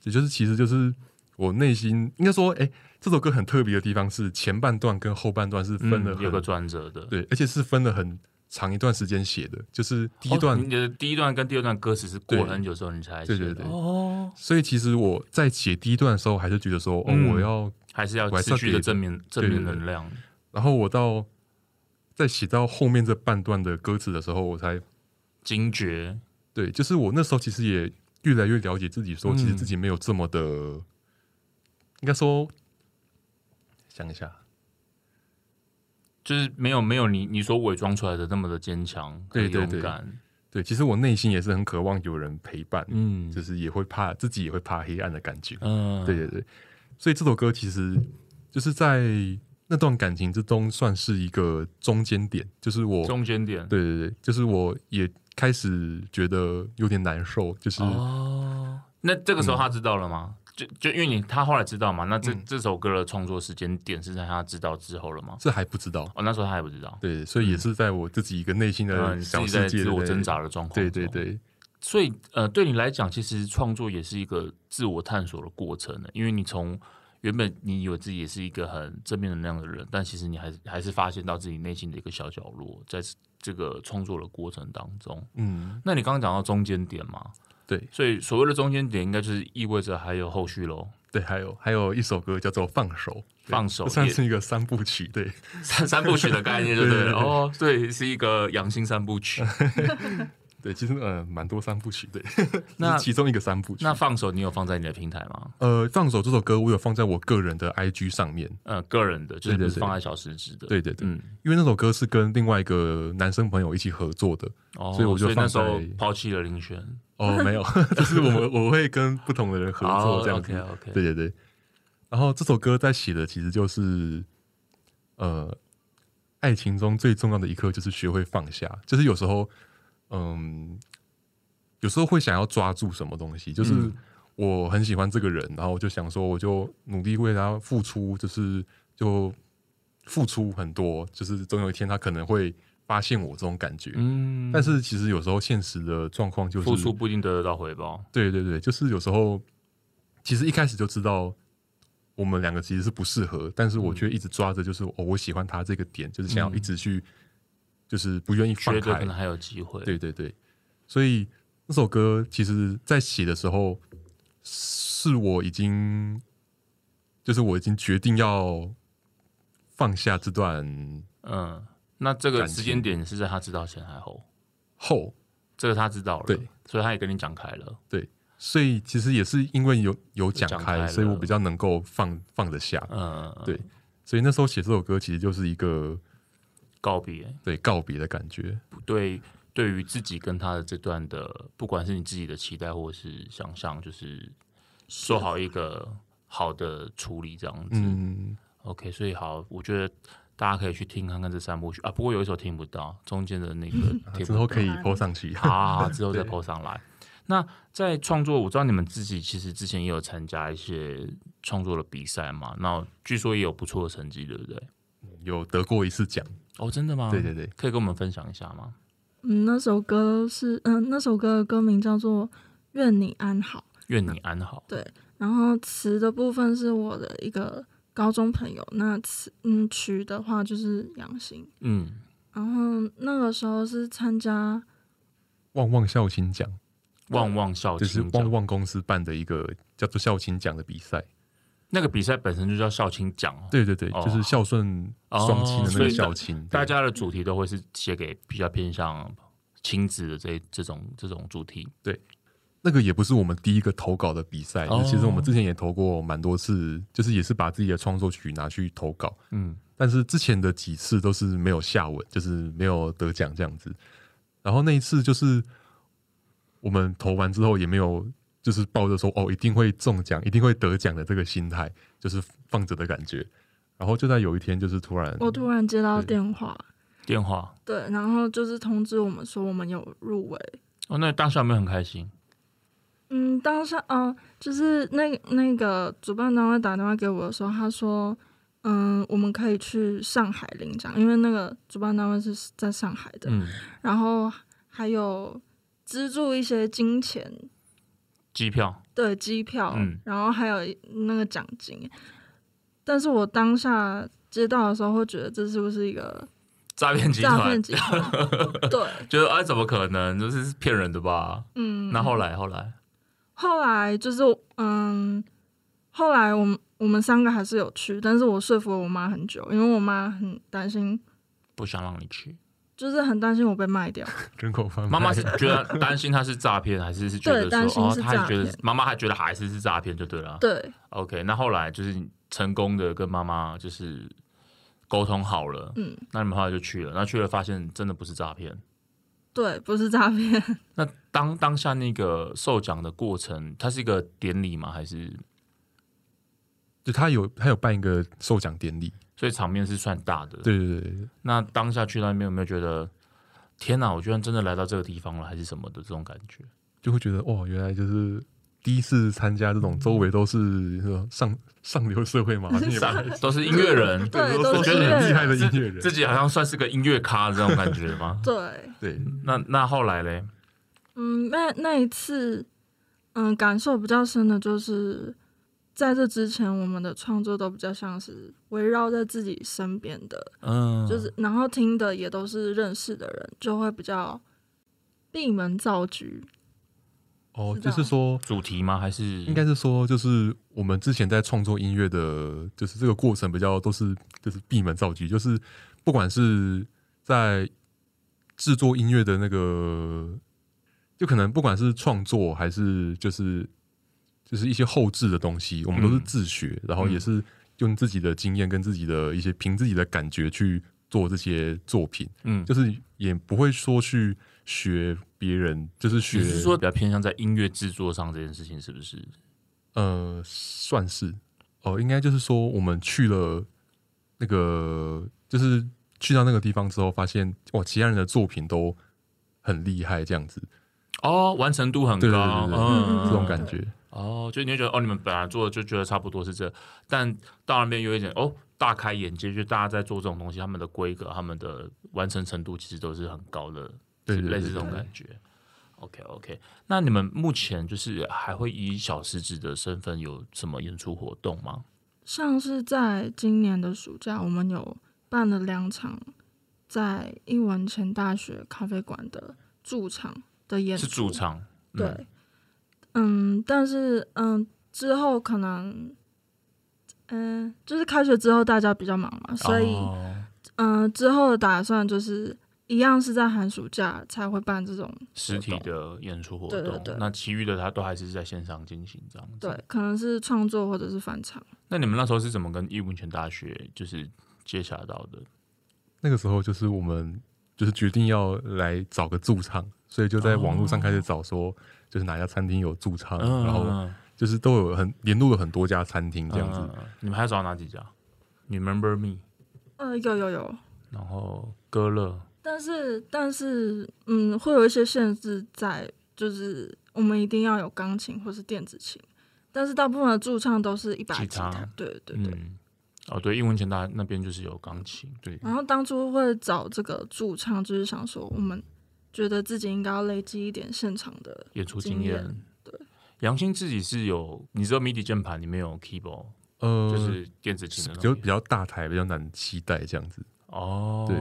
[SPEAKER 2] 也就是，其实就是我内心应该说，哎、这首歌很特别的地方是前半段跟后半段是分了
[SPEAKER 1] 嗯，
[SPEAKER 2] 很、
[SPEAKER 1] 有个转折的，
[SPEAKER 2] 对，而且是分了很长一段时间写的，就是第一
[SPEAKER 1] 哦
[SPEAKER 2] 段。
[SPEAKER 1] 你的第一段跟第二段歌词是过了
[SPEAKER 2] 对
[SPEAKER 1] 很久之后你才
[SPEAKER 2] 对
[SPEAKER 1] 写
[SPEAKER 2] 对
[SPEAKER 1] 的
[SPEAKER 2] 对
[SPEAKER 1] 哦，
[SPEAKER 2] 所以其实我在写第一段的时候，还是觉得说，哦，
[SPEAKER 1] 嗯
[SPEAKER 2] 我要
[SPEAKER 1] 还是要
[SPEAKER 2] 我还是
[SPEAKER 1] 持
[SPEAKER 2] 要
[SPEAKER 1] 续的
[SPEAKER 2] 给
[SPEAKER 1] 正面正
[SPEAKER 2] 对对
[SPEAKER 1] 面
[SPEAKER 2] 对
[SPEAKER 1] 能量，
[SPEAKER 2] 然后我到在写到后面这半段的歌词的时候，我才
[SPEAKER 1] 惊觉，
[SPEAKER 2] 对，就是我那时候其实也越来越了解自己说，
[SPEAKER 1] 嗯
[SPEAKER 2] 其实自己没有这么的，应该说，想一下，
[SPEAKER 1] 就是没有没有你你所伪装出来的那么的坚强，和
[SPEAKER 2] 对对
[SPEAKER 1] 勇
[SPEAKER 2] 对
[SPEAKER 1] 敢，
[SPEAKER 2] 对，其实我内心也是很渴望有人陪伴，
[SPEAKER 1] 嗯
[SPEAKER 2] 就是也会怕自己也会怕黑暗的感觉。
[SPEAKER 1] 嗯，
[SPEAKER 2] 对对对，所以这首歌其实就是在那段感情之中算是一个中间点，就是我，
[SPEAKER 1] 中间点，
[SPEAKER 2] 对对对，就是我也开始觉得有点难受，就是、
[SPEAKER 1] 哦，那这个时候他知道了吗？就就因为你他后来知道嘛，那这、
[SPEAKER 2] 嗯
[SPEAKER 1] 这首歌的创作时间点是在他知道之后了吗？
[SPEAKER 2] 这还不知道。
[SPEAKER 1] 哦，那时候他还不知道，
[SPEAKER 2] 对，所以也是在我自己一个内心
[SPEAKER 1] 嗯，
[SPEAKER 2] 的
[SPEAKER 1] 你自
[SPEAKER 2] 小
[SPEAKER 1] 己
[SPEAKER 2] 世
[SPEAKER 1] 在
[SPEAKER 2] 界
[SPEAKER 1] 自
[SPEAKER 2] 的
[SPEAKER 1] 我
[SPEAKER 2] 那
[SPEAKER 1] 挣扎的状况。
[SPEAKER 2] 对对。对，
[SPEAKER 1] 所以呃，对你来讲，其实创作也是一个自我探索的过程呢，因为你从原本你以为自己也是一个很正面能量的人，但其实你还是还是发现到自己内心的一个小角落，在这个创作的过程当中。
[SPEAKER 2] 嗯，
[SPEAKER 1] 那你刚刚讲到中间点嘛，
[SPEAKER 2] 对
[SPEAKER 1] 所以所谓的中间点，应该就是意味着还有后续喽。
[SPEAKER 2] 对，还有还有一首歌叫做《放手》，对
[SPEAKER 1] 放手
[SPEAKER 2] 这算
[SPEAKER 1] 也
[SPEAKER 2] 是一个三部曲，对 [laughs]
[SPEAKER 1] 三三部曲的概念，就对
[SPEAKER 2] 对
[SPEAKER 1] 了。
[SPEAKER 2] 对对 [laughs]
[SPEAKER 1] 哦，对，是一个阳性三部曲。
[SPEAKER 2] 对，其实呃蛮多三部曲，对，
[SPEAKER 1] 那
[SPEAKER 2] 这 [laughs] 是其中一个三部曲
[SPEAKER 1] 那。放手你有放在你的平台吗？
[SPEAKER 2] 呃，放手这首歌我有放在我个人的 IG 上面，
[SPEAKER 1] 呃，个人的，就是
[SPEAKER 2] 对对
[SPEAKER 1] 不是
[SPEAKER 2] 对
[SPEAKER 1] 放在小食指的。
[SPEAKER 2] 对对对，
[SPEAKER 1] 嗯，
[SPEAKER 2] 因为那首歌是跟另外一个男生朋友一起合作的。
[SPEAKER 1] 哦，
[SPEAKER 2] 所以我就
[SPEAKER 1] 那
[SPEAKER 2] 放
[SPEAKER 1] 时候
[SPEAKER 2] 在
[SPEAKER 1] 抛弃了林轩，
[SPEAKER 2] 哦，没有， [laughs] 就是我们我会跟不同的人合作这样子。
[SPEAKER 1] 哦 OK OK，
[SPEAKER 2] 对对对。然后这首歌在写的其实就是，呃，爱情中最重要的一刻就是学会放下，就是有时候，嗯，有时候会想要抓住什么东西，就是
[SPEAKER 1] 嗯
[SPEAKER 2] 我很喜欢这个人，然后我就想说，我就努力为他付出，就是就付出很多，就是总有一天他可能会发现我这种感觉。
[SPEAKER 1] 嗯，
[SPEAKER 2] 但是其实有时候现实的状况就是
[SPEAKER 1] 付出不一定得得到回报。
[SPEAKER 2] 对对对，就是有时候其实一开始就知道我们两个其实是不适合，但是
[SPEAKER 1] 嗯
[SPEAKER 2] 我却一直抓着，就是、哦，我喜欢他这个点，就是想要一直去，就是不愿意放
[SPEAKER 1] 觉得可
[SPEAKER 2] 开
[SPEAKER 1] 能。还有机会。
[SPEAKER 2] 对对对，所以那首歌其实在写的时候，是我已经，就是我已经决定要放下这段
[SPEAKER 1] 嗯，那这个
[SPEAKER 2] 感情
[SPEAKER 1] 时间点是在他知道前还后？
[SPEAKER 2] 后，
[SPEAKER 1] 这个他知道了，
[SPEAKER 2] 对，
[SPEAKER 1] 所以他也跟你讲开了。
[SPEAKER 2] 所以其实也是因为有有讲
[SPEAKER 1] 讲开
[SPEAKER 2] 开，
[SPEAKER 1] 了
[SPEAKER 2] 所以我比较能够放放得下。
[SPEAKER 1] 嗯，
[SPEAKER 2] 对所以那时候写这首歌其实就是一个
[SPEAKER 1] 告别
[SPEAKER 2] 对告别的感觉。
[SPEAKER 1] 对，对于自己跟他的这段的，不管是你自己的期待或是想象，就是做好一个好的处理，这样子。
[SPEAKER 2] 嗯，
[SPEAKER 1] OK，所以好，我觉得大家可以去听看看这三部曲啊。不过有一首听不到，中间的那
[SPEAKER 2] [laughs]
[SPEAKER 1] 个听
[SPEAKER 2] 啊之
[SPEAKER 1] 不到
[SPEAKER 2] 后可以 PO
[SPEAKER 1] [laughs]
[SPEAKER 2] 上去。
[SPEAKER 1] 好好，
[SPEAKER 2] [laughs]
[SPEAKER 1] 好啊之后再
[SPEAKER 2] 对
[SPEAKER 1] PO 上来。那在创作，我知道你们自己其实之前也有参加一些创作的比赛嘛，那据说也有不错的成绩，对不对？
[SPEAKER 2] 有得过一次奖，
[SPEAKER 1] 哦，真的吗？
[SPEAKER 2] 对对对，
[SPEAKER 1] 可以跟我们分享一下吗？
[SPEAKER 3] 嗯，那首歌是嗯、那首歌的歌名叫做《愿你安好》，
[SPEAKER 1] 愿你安好。
[SPEAKER 3] 然后词的部分是我的一个高中朋友，那词嗯曲的话就是杨欣，
[SPEAKER 1] 嗯，
[SPEAKER 3] 然后那个时候是参加
[SPEAKER 2] 旺旺孝亲奖，
[SPEAKER 1] 旺旺孝
[SPEAKER 2] 就是
[SPEAKER 1] 亲
[SPEAKER 2] 旺
[SPEAKER 1] 哦奖，
[SPEAKER 2] 旺公司办的一个叫做孝亲奖的比赛。
[SPEAKER 1] 那个比赛本身就叫孝亲奖哦。
[SPEAKER 2] 对对对，
[SPEAKER 1] 哦
[SPEAKER 2] 就是孝顺双亲的那
[SPEAKER 1] 哦所
[SPEAKER 2] 个
[SPEAKER 1] 以大
[SPEAKER 2] 孝亲。对
[SPEAKER 1] 大家的主题都会是写给比较偏向亲子的这这种这种主题。
[SPEAKER 2] 那个也不是我们第一个投稿的比赛，
[SPEAKER 1] 哦
[SPEAKER 2] 其实我们之前也投过蛮多次，就是也是把自己的创作曲拿去投稿。
[SPEAKER 1] 嗯，
[SPEAKER 2] 但是之前的几次都是没有下文，就是没有得奖这样子。然后那一次就是我们投完之后也没有，就是抱着说哦一定会中奖、一定会得奖的这个心态，就是放着的感觉。然后就在有一天，就是突然，
[SPEAKER 3] 我突然接到
[SPEAKER 2] 对
[SPEAKER 3] 电话，
[SPEAKER 1] 电话
[SPEAKER 3] 对，然后就是通知我们说我们有入围。
[SPEAKER 1] 哦，那当下有没有很开心？
[SPEAKER 3] 嗯，当时哦，就是那那个主办单位打电话给我的时候，他说，嗯，我们可以去上海领奖，因为那个主办单位是在上海的，
[SPEAKER 1] 嗯，
[SPEAKER 3] 然后还有资助一些金钱，
[SPEAKER 1] 机票。
[SPEAKER 3] 对，机票，
[SPEAKER 1] 嗯
[SPEAKER 3] 然后还有那个奖金。但是我当下接到的时候，会觉得这是不是一个
[SPEAKER 1] 诈骗集
[SPEAKER 3] 诈
[SPEAKER 1] 团
[SPEAKER 3] 骗集团？
[SPEAKER 1] [laughs]
[SPEAKER 3] 对，
[SPEAKER 1] 觉得哎，怎么可能？这是骗人的吧？
[SPEAKER 3] 嗯，
[SPEAKER 1] 那后来后来，
[SPEAKER 3] 后来就是嗯，后来我们我们三个还是有去，但是我说服了我妈很久，因为我妈很担心，
[SPEAKER 1] 不想让你去，
[SPEAKER 3] 就是很担心我被
[SPEAKER 1] [laughs]
[SPEAKER 3] 卖掉。
[SPEAKER 2] 人口贩卖
[SPEAKER 1] 妈妈
[SPEAKER 3] [laughs]
[SPEAKER 1] 是觉得担心他是诈骗，还是是觉得
[SPEAKER 3] 嗯对担
[SPEAKER 1] 说
[SPEAKER 3] 心
[SPEAKER 1] 哦，
[SPEAKER 3] 是
[SPEAKER 1] 他还
[SPEAKER 3] 诈
[SPEAKER 1] 觉得
[SPEAKER 3] 骗
[SPEAKER 1] 妈妈还觉得还是是诈骗就对了。啊
[SPEAKER 3] 对，
[SPEAKER 1] OK，那后来就是你成功的跟妈妈就是沟通好了，
[SPEAKER 3] 嗯，
[SPEAKER 1] 那你们后来就去了，那去了发现真的不是诈骗。
[SPEAKER 3] 对，不是诈骗， [laughs]
[SPEAKER 1] 那当当下那个授奖的过程，它是一个典礼吗？还是
[SPEAKER 2] 就他有他有办一个授奖典礼，
[SPEAKER 1] 所以场面是算大的？。
[SPEAKER 2] 对对对对，
[SPEAKER 1] 那当下去到那边有没有觉得天哪，我居然真的来到这个地方了，还是什么的这种感觉？
[SPEAKER 2] 就会觉得哦，原来就是第一次参加这种周围都是呃上上流社会嘛，好像也不
[SPEAKER 1] 上都是音乐人，
[SPEAKER 3] 对，
[SPEAKER 2] 都
[SPEAKER 3] 都
[SPEAKER 2] 是
[SPEAKER 3] 是
[SPEAKER 1] 觉得
[SPEAKER 2] 很厉
[SPEAKER 3] 骗
[SPEAKER 2] 害
[SPEAKER 3] 人？
[SPEAKER 2] 的音乐人，
[SPEAKER 1] 自己好像算是个音乐咖的这种感觉吗
[SPEAKER 3] 对，
[SPEAKER 2] 对，
[SPEAKER 1] 那那后来嘞，
[SPEAKER 3] 嗯，那那一次，嗯，感受比较深的就是，在这之前，我们的创作都比较像是围绕在自己身边的，
[SPEAKER 1] 嗯，
[SPEAKER 3] 就是然后听的也都是认识的人，就会比较闭门造车。
[SPEAKER 2] 哦，
[SPEAKER 3] 是这
[SPEAKER 2] 就
[SPEAKER 3] 样
[SPEAKER 2] 是说
[SPEAKER 1] 主题吗？还是
[SPEAKER 2] 应该是说，就是我们之前在创作音乐的，就是这个过程比较都是就是闭门造句，就是不管是在制作音乐的那个就可能不管是创作还是就是就是一些后置的东西，我们都是
[SPEAKER 1] 嗯
[SPEAKER 2] 自学，然后
[SPEAKER 1] 嗯
[SPEAKER 2] 也是用自己的经验跟自己的一些凭自己的感觉去做这些作品，
[SPEAKER 1] 嗯，
[SPEAKER 2] 就是也不会说去学别人，就是学
[SPEAKER 1] 你是说比较偏向在音乐制作上这件事情，是不是？
[SPEAKER 2] 呃，算是哦、应该就是说我们去了那个，就是去到那个地方之后，发现哇，其他人的作品都很厉害，这样子，
[SPEAKER 1] 哦，完成度很
[SPEAKER 2] 对对
[SPEAKER 1] 高，
[SPEAKER 2] 对对对
[SPEAKER 1] 嗯，
[SPEAKER 2] 这种感
[SPEAKER 1] 觉。
[SPEAKER 2] 觉，
[SPEAKER 1] 哦，就你会觉得哦，你们本来做的就觉得差不多是这，但到那边有一点哦，大开眼界，就大家在做这种东西，他们的规格、他们的完成程度其实都是很高的，
[SPEAKER 2] 对
[SPEAKER 1] 是
[SPEAKER 2] 对
[SPEAKER 1] 类似
[SPEAKER 2] 对
[SPEAKER 1] 这种
[SPEAKER 2] 对
[SPEAKER 1] 感觉。OK OK，那你们目前就是还会以小狮子的身份有什么演出活动吗？
[SPEAKER 3] 像是在今年的暑假，我们有办了两场在英文前大学咖啡馆的驻场的演出，
[SPEAKER 1] 是驻场，嗯
[SPEAKER 3] 对，嗯，但是嗯，之后可能，嗯、就是开学之后大家比较忙嘛，所以
[SPEAKER 1] 哦
[SPEAKER 3] 嗯、之后的打算就是一样是在寒暑假才会办这种
[SPEAKER 1] 实体
[SPEAKER 3] 活动，
[SPEAKER 1] 的演出活动，
[SPEAKER 3] 对对对
[SPEAKER 1] 那其余的他都还是在线上进行这样子。
[SPEAKER 3] 对，可能是创作或者是返场。
[SPEAKER 1] 那你们那时候是怎么跟义文泉大学就是接洽到的？
[SPEAKER 2] 那个时候就是我们就是决定要来找个驻唱，所以就在网络上开始找说，就是哪家餐厅有驻唱，然后
[SPEAKER 1] 嗯
[SPEAKER 2] 就是都有很联络了很多家餐厅这样子，
[SPEAKER 1] 嗯你们还找哪几家你？Remember Me，
[SPEAKER 3] 呃，有有有，
[SPEAKER 1] 然后歌乐，
[SPEAKER 3] 但是但是嗯，会有一些限制在，就是我们一定要有钢琴或是电子琴，但是大部分的驻唱都是一把
[SPEAKER 1] 吉
[SPEAKER 3] 吉
[SPEAKER 1] 他
[SPEAKER 3] 他，对对对。
[SPEAKER 1] 嗯，哦对，英文前大那边就是有钢琴，
[SPEAKER 2] 对，
[SPEAKER 3] 然后当初会找这个驻唱，就是想说我们觉得自己应该要累积一点现场的，
[SPEAKER 1] 演出
[SPEAKER 3] 经
[SPEAKER 1] 经验。
[SPEAKER 3] 验对，
[SPEAKER 1] 杨欣自己是有，你知道 MIDI 键盘里面有 keyboard，、
[SPEAKER 2] 呃，
[SPEAKER 1] 就是电子琴的
[SPEAKER 2] 就
[SPEAKER 1] 东西，
[SPEAKER 2] 比较大台，比较难期待这样子。
[SPEAKER 1] 哦，
[SPEAKER 2] 对，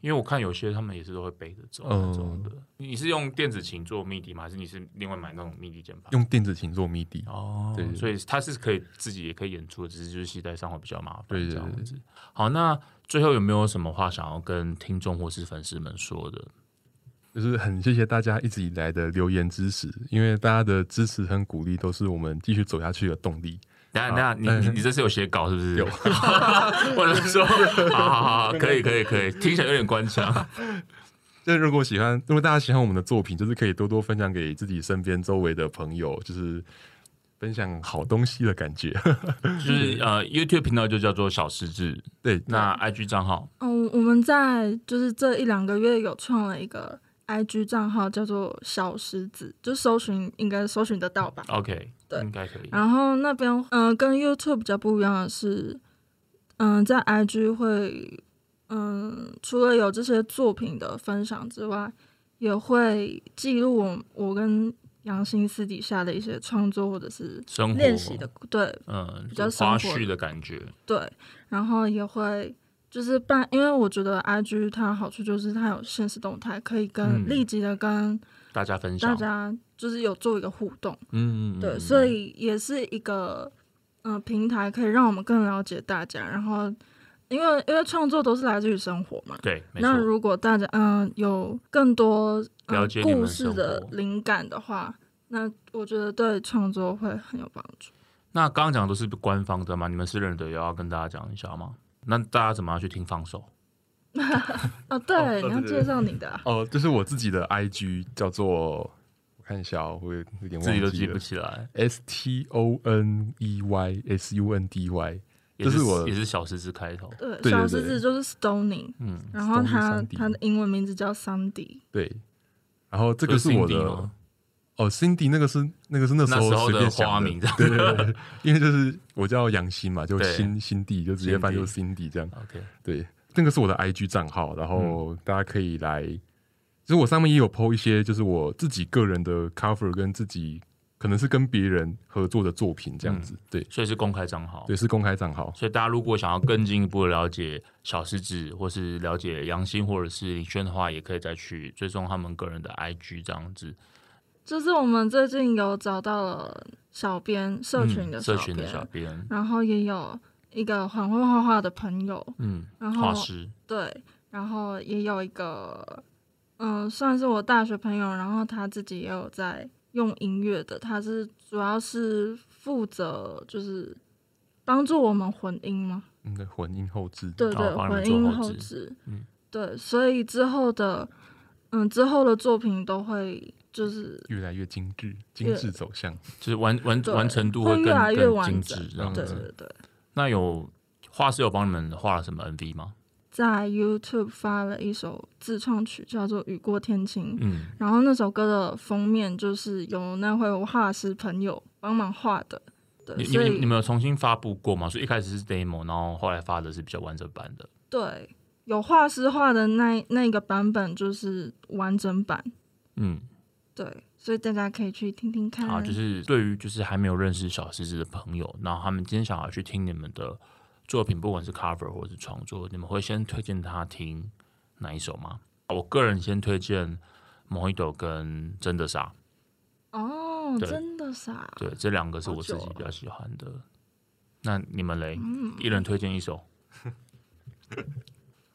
[SPEAKER 1] 因为我看有些他们也是都会背着走
[SPEAKER 2] 嗯
[SPEAKER 1] 那种的。你是用电子琴做 MIDI 吗？还是你是另外买那种 MIDI 键盘？
[SPEAKER 2] 用电子琴做 MIDI，
[SPEAKER 1] 哦，
[SPEAKER 2] 对
[SPEAKER 1] 所以他是可以自己也可以演出的，只是就是携带上会比较麻
[SPEAKER 2] 对
[SPEAKER 1] 烦
[SPEAKER 2] 对
[SPEAKER 1] 这
[SPEAKER 2] 对
[SPEAKER 1] 样子。好，那最后有没有什么话想要跟听众或是粉丝们说的？
[SPEAKER 2] 就是很谢谢大家一直以来的留言支持，因为大家的支持和鼓励都是我们继续走下去的动力。
[SPEAKER 1] 等一下，等一下，你你
[SPEAKER 2] 嗯
[SPEAKER 1] 你这次有写稿是不是？
[SPEAKER 2] 有
[SPEAKER 1] [laughs]
[SPEAKER 2] [laughs]
[SPEAKER 1] 我能说，好好好，可以可以可以，听起来有点官腔。
[SPEAKER 2] [laughs] 就是如果喜欢，如果大家喜欢我们的作品，就是可以多多分享给自己身边周围的朋友，就是分享好东西的感觉。 [laughs]
[SPEAKER 1] 就是呃，YouTube 频道就叫做小狮子，
[SPEAKER 2] 对，
[SPEAKER 1] 那 IG 账号
[SPEAKER 3] 嗯，我们在就是这一两个月有创了一个 IG 账号，叫做小石子，就搜寻应该搜寻得到吧。
[SPEAKER 1] OK，
[SPEAKER 3] 对
[SPEAKER 1] 应该可以。
[SPEAKER 3] 然后那边嗯、呃跟 YouTube 比较不一样的是，嗯、在 IG 会嗯、除了有这些作品的分享之外，也会记录我我跟杨欣私底下的一些创作或者是
[SPEAKER 1] 生活
[SPEAKER 3] 练习的对
[SPEAKER 1] 嗯，
[SPEAKER 3] 比较生
[SPEAKER 1] 花
[SPEAKER 3] 活
[SPEAKER 1] 絮的感觉，
[SPEAKER 3] 对，然后也会就是办，因为我觉得 IG 它的好处就是它有现实动态，可以
[SPEAKER 1] 嗯
[SPEAKER 3] 跟立即的跟
[SPEAKER 1] 大家分
[SPEAKER 3] 大
[SPEAKER 1] 享。
[SPEAKER 3] 家就是有做一个互动，
[SPEAKER 1] 嗯，嗯嗯
[SPEAKER 3] 对，
[SPEAKER 1] 嗯
[SPEAKER 3] 所以也是一个嗯、呃平台，可以让我们更了解大家。然后，因为因为创作都是来自于生活嘛，
[SPEAKER 1] 对，没
[SPEAKER 3] 那
[SPEAKER 1] 错。
[SPEAKER 3] 如果大家嗯、有更多、嗯
[SPEAKER 1] 了解你们
[SPEAKER 3] 故事的
[SPEAKER 1] 生活
[SPEAKER 3] 灵感的话，那我觉得对创作会很有帮助。
[SPEAKER 1] 那刚刚讲的都是官方的嘛，你们私人的也要跟大家讲一下吗？那大家怎么样去听放手？
[SPEAKER 3] 哦，对，
[SPEAKER 2] 哦
[SPEAKER 3] 你
[SPEAKER 2] 对对
[SPEAKER 3] 要
[SPEAKER 2] 对
[SPEAKER 3] 介绍
[SPEAKER 2] [laughs]
[SPEAKER 3] 你的啊、
[SPEAKER 2] 哦、就是我自己的 IG 叫做，我看一下、哦，我有点
[SPEAKER 1] 自己都
[SPEAKER 2] 忘
[SPEAKER 1] 记
[SPEAKER 2] 记
[SPEAKER 1] 不
[SPEAKER 2] 了。
[SPEAKER 1] 起来，
[SPEAKER 2] S T O N E Y S U N D Y，
[SPEAKER 1] 也
[SPEAKER 2] 这是我
[SPEAKER 1] 也是小狮子开头。
[SPEAKER 3] 对，
[SPEAKER 2] 对
[SPEAKER 3] 小
[SPEAKER 2] 对
[SPEAKER 3] 狮
[SPEAKER 2] 对
[SPEAKER 3] 子就是 Stoning，
[SPEAKER 1] 嗯，
[SPEAKER 3] 然后
[SPEAKER 2] Stoning
[SPEAKER 3] 它
[SPEAKER 2] Sandy
[SPEAKER 3] 它的英文名字叫 Sandy。
[SPEAKER 2] 对。然后这个是我
[SPEAKER 1] 所以
[SPEAKER 2] 的
[SPEAKER 1] Cindy 吗
[SPEAKER 2] 哦，Cindy 那个是那个是那时
[SPEAKER 1] 那时候
[SPEAKER 2] 随便
[SPEAKER 1] 的
[SPEAKER 2] 想
[SPEAKER 1] 花
[SPEAKER 2] 的
[SPEAKER 1] 名，这样。
[SPEAKER 2] 对对对，因为就是我叫杨欣嘛，就
[SPEAKER 1] 对
[SPEAKER 2] 新新弟，就直接翻就是新弟这样。
[SPEAKER 1] OK，
[SPEAKER 2] 对，那个是我的 IG 账号，然
[SPEAKER 1] 嗯
[SPEAKER 2] 后大家可以来，就是我上面也有 PO 一些，就是我自己个人的 cover 跟自己可能是跟别人合作的作品这样
[SPEAKER 1] 嗯
[SPEAKER 2] 子。对
[SPEAKER 1] 所以是公开账号。
[SPEAKER 2] 对，是公开账号。
[SPEAKER 1] 所以大家如果想要更进一步的了解小狮子，或是了解杨欣或者是林轩的话，也可以再去追踪他们个人的 IG 这样子。
[SPEAKER 3] 就是我们最近有找到了小编，社群的
[SPEAKER 1] 嗯
[SPEAKER 3] 小
[SPEAKER 1] 社群
[SPEAKER 3] 编，
[SPEAKER 1] 的小编，
[SPEAKER 3] 然后也有一个很会画画的朋友，
[SPEAKER 1] 嗯，
[SPEAKER 3] 然后
[SPEAKER 1] 画师，
[SPEAKER 3] 对，然后也有一个嗯，算是我大学朋友，然后他自己也有在用音乐的，他是主要是负责就是帮助我们混音吗？
[SPEAKER 2] 嗯，对混音后置，
[SPEAKER 3] 对
[SPEAKER 1] 哦
[SPEAKER 3] 对，
[SPEAKER 1] 帮你
[SPEAKER 3] 混
[SPEAKER 1] 做
[SPEAKER 3] 音
[SPEAKER 1] 后
[SPEAKER 3] 后
[SPEAKER 1] 置
[SPEAKER 3] 置，
[SPEAKER 1] 嗯
[SPEAKER 3] 对，所以之后的，嗯，之后的作品都会就是
[SPEAKER 2] 越来越精致，精致走向。
[SPEAKER 1] 就是完完
[SPEAKER 3] 对
[SPEAKER 1] 完成度会更
[SPEAKER 3] 会越来越
[SPEAKER 1] 更
[SPEAKER 3] 完
[SPEAKER 1] 精
[SPEAKER 3] 整
[SPEAKER 1] 致这样
[SPEAKER 3] 对
[SPEAKER 1] 子。
[SPEAKER 3] 对对，
[SPEAKER 1] 那有画师有帮你们画了什么 MV 吗？
[SPEAKER 3] 在 YouTube 发了一首自创曲，叫做《雨过天晴》，
[SPEAKER 1] 嗯，
[SPEAKER 3] 然后那首歌的封面就是由那位画师朋友帮忙画的，对，
[SPEAKER 1] 你你
[SPEAKER 3] 所
[SPEAKER 1] 们你
[SPEAKER 3] 以
[SPEAKER 1] 们有重新发布过吗？所以一开始是 demo，然后后来发的是比较完整版的。
[SPEAKER 3] 对有画师画的那那个版本就是完整版，
[SPEAKER 1] 嗯，
[SPEAKER 3] 对，所以大家可以去听听看。
[SPEAKER 1] 啊，就是对于就是还没有认识小狮子的朋友，然后他们今天想要去听你们的作品，不管是 cover 或是创作，你们会先推荐他听哪一首吗？我个人先推荐《魔一朵》跟《真的傻》，
[SPEAKER 3] 哦，
[SPEAKER 1] 对
[SPEAKER 3] 真的傻，
[SPEAKER 1] 对，这两个是
[SPEAKER 3] 好
[SPEAKER 1] 我自
[SPEAKER 3] 久
[SPEAKER 1] 己
[SPEAKER 3] 哦
[SPEAKER 1] 比较喜欢的。那你们嘞，
[SPEAKER 3] 嗯，
[SPEAKER 1] 一人推荐一首。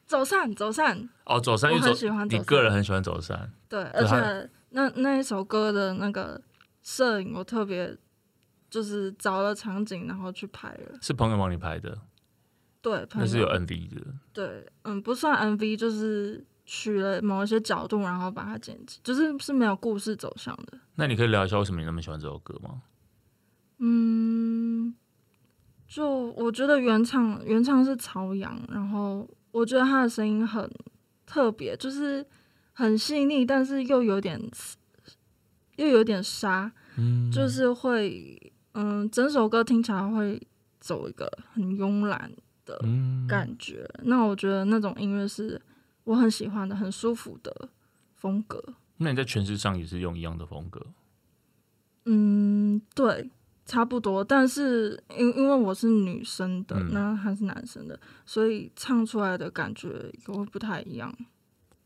[SPEAKER 3] 走散走散，
[SPEAKER 1] 哦，走山，
[SPEAKER 3] 我
[SPEAKER 1] 因为
[SPEAKER 3] 很
[SPEAKER 1] 走
[SPEAKER 3] 喜欢走
[SPEAKER 1] 你
[SPEAKER 3] 山
[SPEAKER 1] 个人很喜欢走山，
[SPEAKER 3] 对，而
[SPEAKER 1] 还
[SPEAKER 3] 且那那一首歌的那个摄影，我特别就是找了场景，然后去拍了。
[SPEAKER 1] 是朋友帮你拍的，
[SPEAKER 3] 对，
[SPEAKER 1] 那
[SPEAKER 3] 朋友
[SPEAKER 1] 是有 MV 的。
[SPEAKER 3] 对，嗯，不算 MV，就是取了某一些角度，然后把它剪辑，就是是没有故事走向的。
[SPEAKER 1] 那你可以聊一下为什么你那么喜欢这首歌吗？
[SPEAKER 3] 嗯，就我觉得原唱原唱是曹阳，然后我觉得他的声音很特别，就是很细腻，但是又有点又有点沙，
[SPEAKER 1] 嗯，
[SPEAKER 3] 就是会嗯，整首歌听起来会走一个很慵懒的
[SPEAKER 1] 嗯
[SPEAKER 3] 感觉。那我觉得那种音乐是我很喜欢的，很舒服的风格。
[SPEAKER 1] 那你在诠释上也是用一样的风格，
[SPEAKER 3] 嗯，对，差不多。但是因因为我是女生的，
[SPEAKER 1] 嗯
[SPEAKER 3] 那他是男生的，所以唱出来的感觉也会不太一样。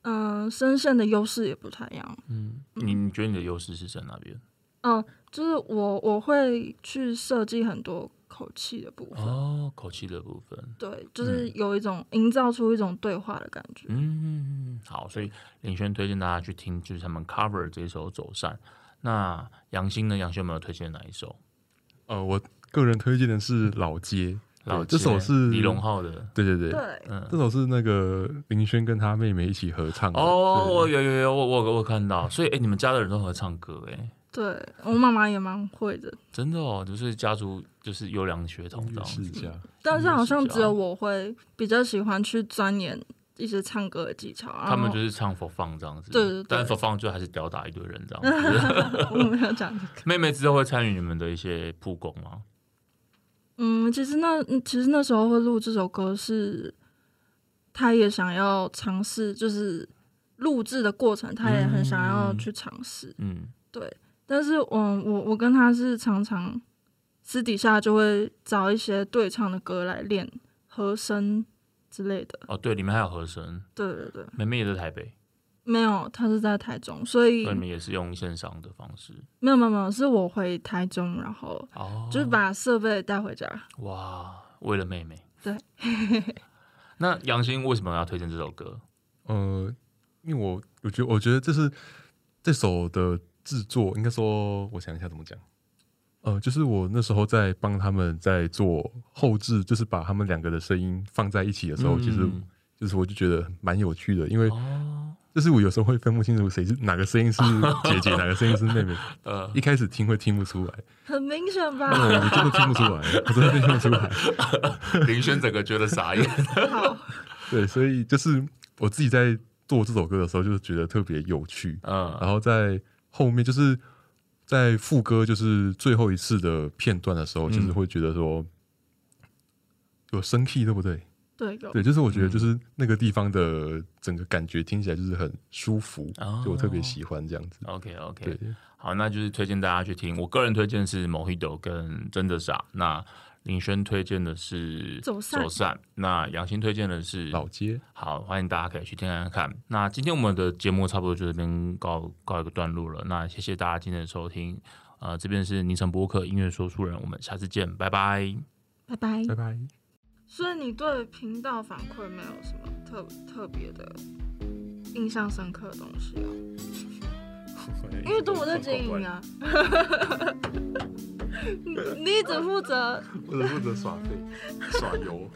[SPEAKER 3] 嗯、声线的优势也不太一样。
[SPEAKER 1] 嗯，你你觉得你的优势是在哪边？
[SPEAKER 3] 哦、就是我我会去设计很多口气的部分，
[SPEAKER 1] 哦，口气的部分，
[SPEAKER 3] 对，就是
[SPEAKER 1] 嗯
[SPEAKER 3] 有一种营造出一种对话的感觉。
[SPEAKER 1] 嗯，好，所以林轩推荐大家去听，就是他们 cover 这首《走散》。那杨欣呢？杨欣有没有推荐哪一首？
[SPEAKER 2] 呃，我个人推荐的是《老街》，
[SPEAKER 1] 老
[SPEAKER 2] 这首
[SPEAKER 1] 街
[SPEAKER 2] 是
[SPEAKER 1] 李荣浩的，
[SPEAKER 2] 对对对，
[SPEAKER 3] 对，
[SPEAKER 1] 嗯，
[SPEAKER 2] 这首是那个林轩跟他妹妹一起合唱的。
[SPEAKER 1] 哦，
[SPEAKER 2] 对
[SPEAKER 1] 我有有有，我我我有看到，所以哎、诶你们家的人都很会唱歌哎、诶
[SPEAKER 3] 对我妈妈也蛮会的，
[SPEAKER 1] 真的哦，就是家族就是优良血统
[SPEAKER 2] 音
[SPEAKER 1] 这样
[SPEAKER 2] 乐世
[SPEAKER 1] 子。
[SPEAKER 2] 家，
[SPEAKER 3] 但是
[SPEAKER 1] 音乐
[SPEAKER 3] 好
[SPEAKER 1] 世
[SPEAKER 3] 像
[SPEAKER 1] 家
[SPEAKER 3] 只有我会比较喜欢去钻研一些唱歌的技巧。啊然
[SPEAKER 1] 他们
[SPEAKER 3] 后
[SPEAKER 1] 就是唱 for fun 这样子，
[SPEAKER 3] 对对对
[SPEAKER 1] 但是 for fun 就还是吊打一堆人这
[SPEAKER 3] [laughs]
[SPEAKER 1] 样子。
[SPEAKER 3] 我没有讲这个。
[SPEAKER 1] 妹妹之后会参与你们的一些曝光吗？
[SPEAKER 3] 嗯，其实那嗯其实那时候会录这首歌是，他也想要尝试，就是录制的过程，他也很想要
[SPEAKER 1] 嗯
[SPEAKER 3] 去尝试。
[SPEAKER 1] 嗯，
[SPEAKER 3] 对，但是嗯，我我跟他是常常私底下就会找一些对唱的歌来练和声之类的。
[SPEAKER 1] 哦，对，里面还有和声，
[SPEAKER 3] 对对对，
[SPEAKER 1] 妹妹也在台北，
[SPEAKER 3] 没有，他是在台中，所以
[SPEAKER 1] 所以你们也是用线上的方式
[SPEAKER 3] 没有没有没有，是我回台中，然后
[SPEAKER 1] 哦，
[SPEAKER 3] 就是把设备带回家。
[SPEAKER 1] 哇，为了妹妹，
[SPEAKER 3] 对。
[SPEAKER 1] [laughs] 那杨欣为什么要推荐这首歌？
[SPEAKER 2] 呃，因为我我觉得我觉得这是这首的制作，应该说我想一下怎么讲。呃，就是我那时候在帮他们在做后置，就是把他们两个的声音放在一起的时候，其实
[SPEAKER 1] 嗯
[SPEAKER 2] 就是我就觉得蛮有趣的，因为
[SPEAKER 1] 哦，
[SPEAKER 2] 就是我有时候会分不清楚谁是哪个
[SPEAKER 1] [laughs]
[SPEAKER 2] 声音是姐姐，哪个声音是妹妹，
[SPEAKER 1] 呃，
[SPEAKER 2] 一开始听会听不出来，
[SPEAKER 3] 很明显吧？
[SPEAKER 2] 那我真的听不出来，我真的听不出来。
[SPEAKER 1] 林轩整个觉得傻眼，
[SPEAKER 2] [laughs]
[SPEAKER 3] 好，
[SPEAKER 2] 对，所以就是我自己在做这首歌的时候，就是觉得特别有趣。
[SPEAKER 1] 嗯
[SPEAKER 2] 然后在后面就是在副歌就是最后一次的片段的时候，
[SPEAKER 1] 嗯
[SPEAKER 2] 就是会觉得说有生气，对不对？
[SPEAKER 3] 对，有
[SPEAKER 2] 对，就是我觉得就是那个地方的整个感觉听起来就是很舒服，
[SPEAKER 1] 哦
[SPEAKER 2] 就我特别喜欢这样子。
[SPEAKER 1] ，OK OK，
[SPEAKER 2] 对，
[SPEAKER 1] 好，那就是推荐大家去听。我个人推荐是《Mojito》跟《真的傻》，那林轩推荐的是《
[SPEAKER 3] 走散
[SPEAKER 1] 那杨欣推荐的是
[SPEAKER 2] 老街，
[SPEAKER 1] 好，欢迎大家可以去听看看。那今天我们的节目差不多就这边告告一个段落了。那谢谢大家今天的收听，呃，这边是宁城播客音乐说书人，我们下次见，拜拜。
[SPEAKER 3] 拜拜。
[SPEAKER 2] 拜拜。
[SPEAKER 3] 所以你对频道反馈没有什么特特别的印象深刻的东西哦、因为都我在经营 [laughs] 啊。你你只负责
[SPEAKER 2] 或者负责耍废、耍油。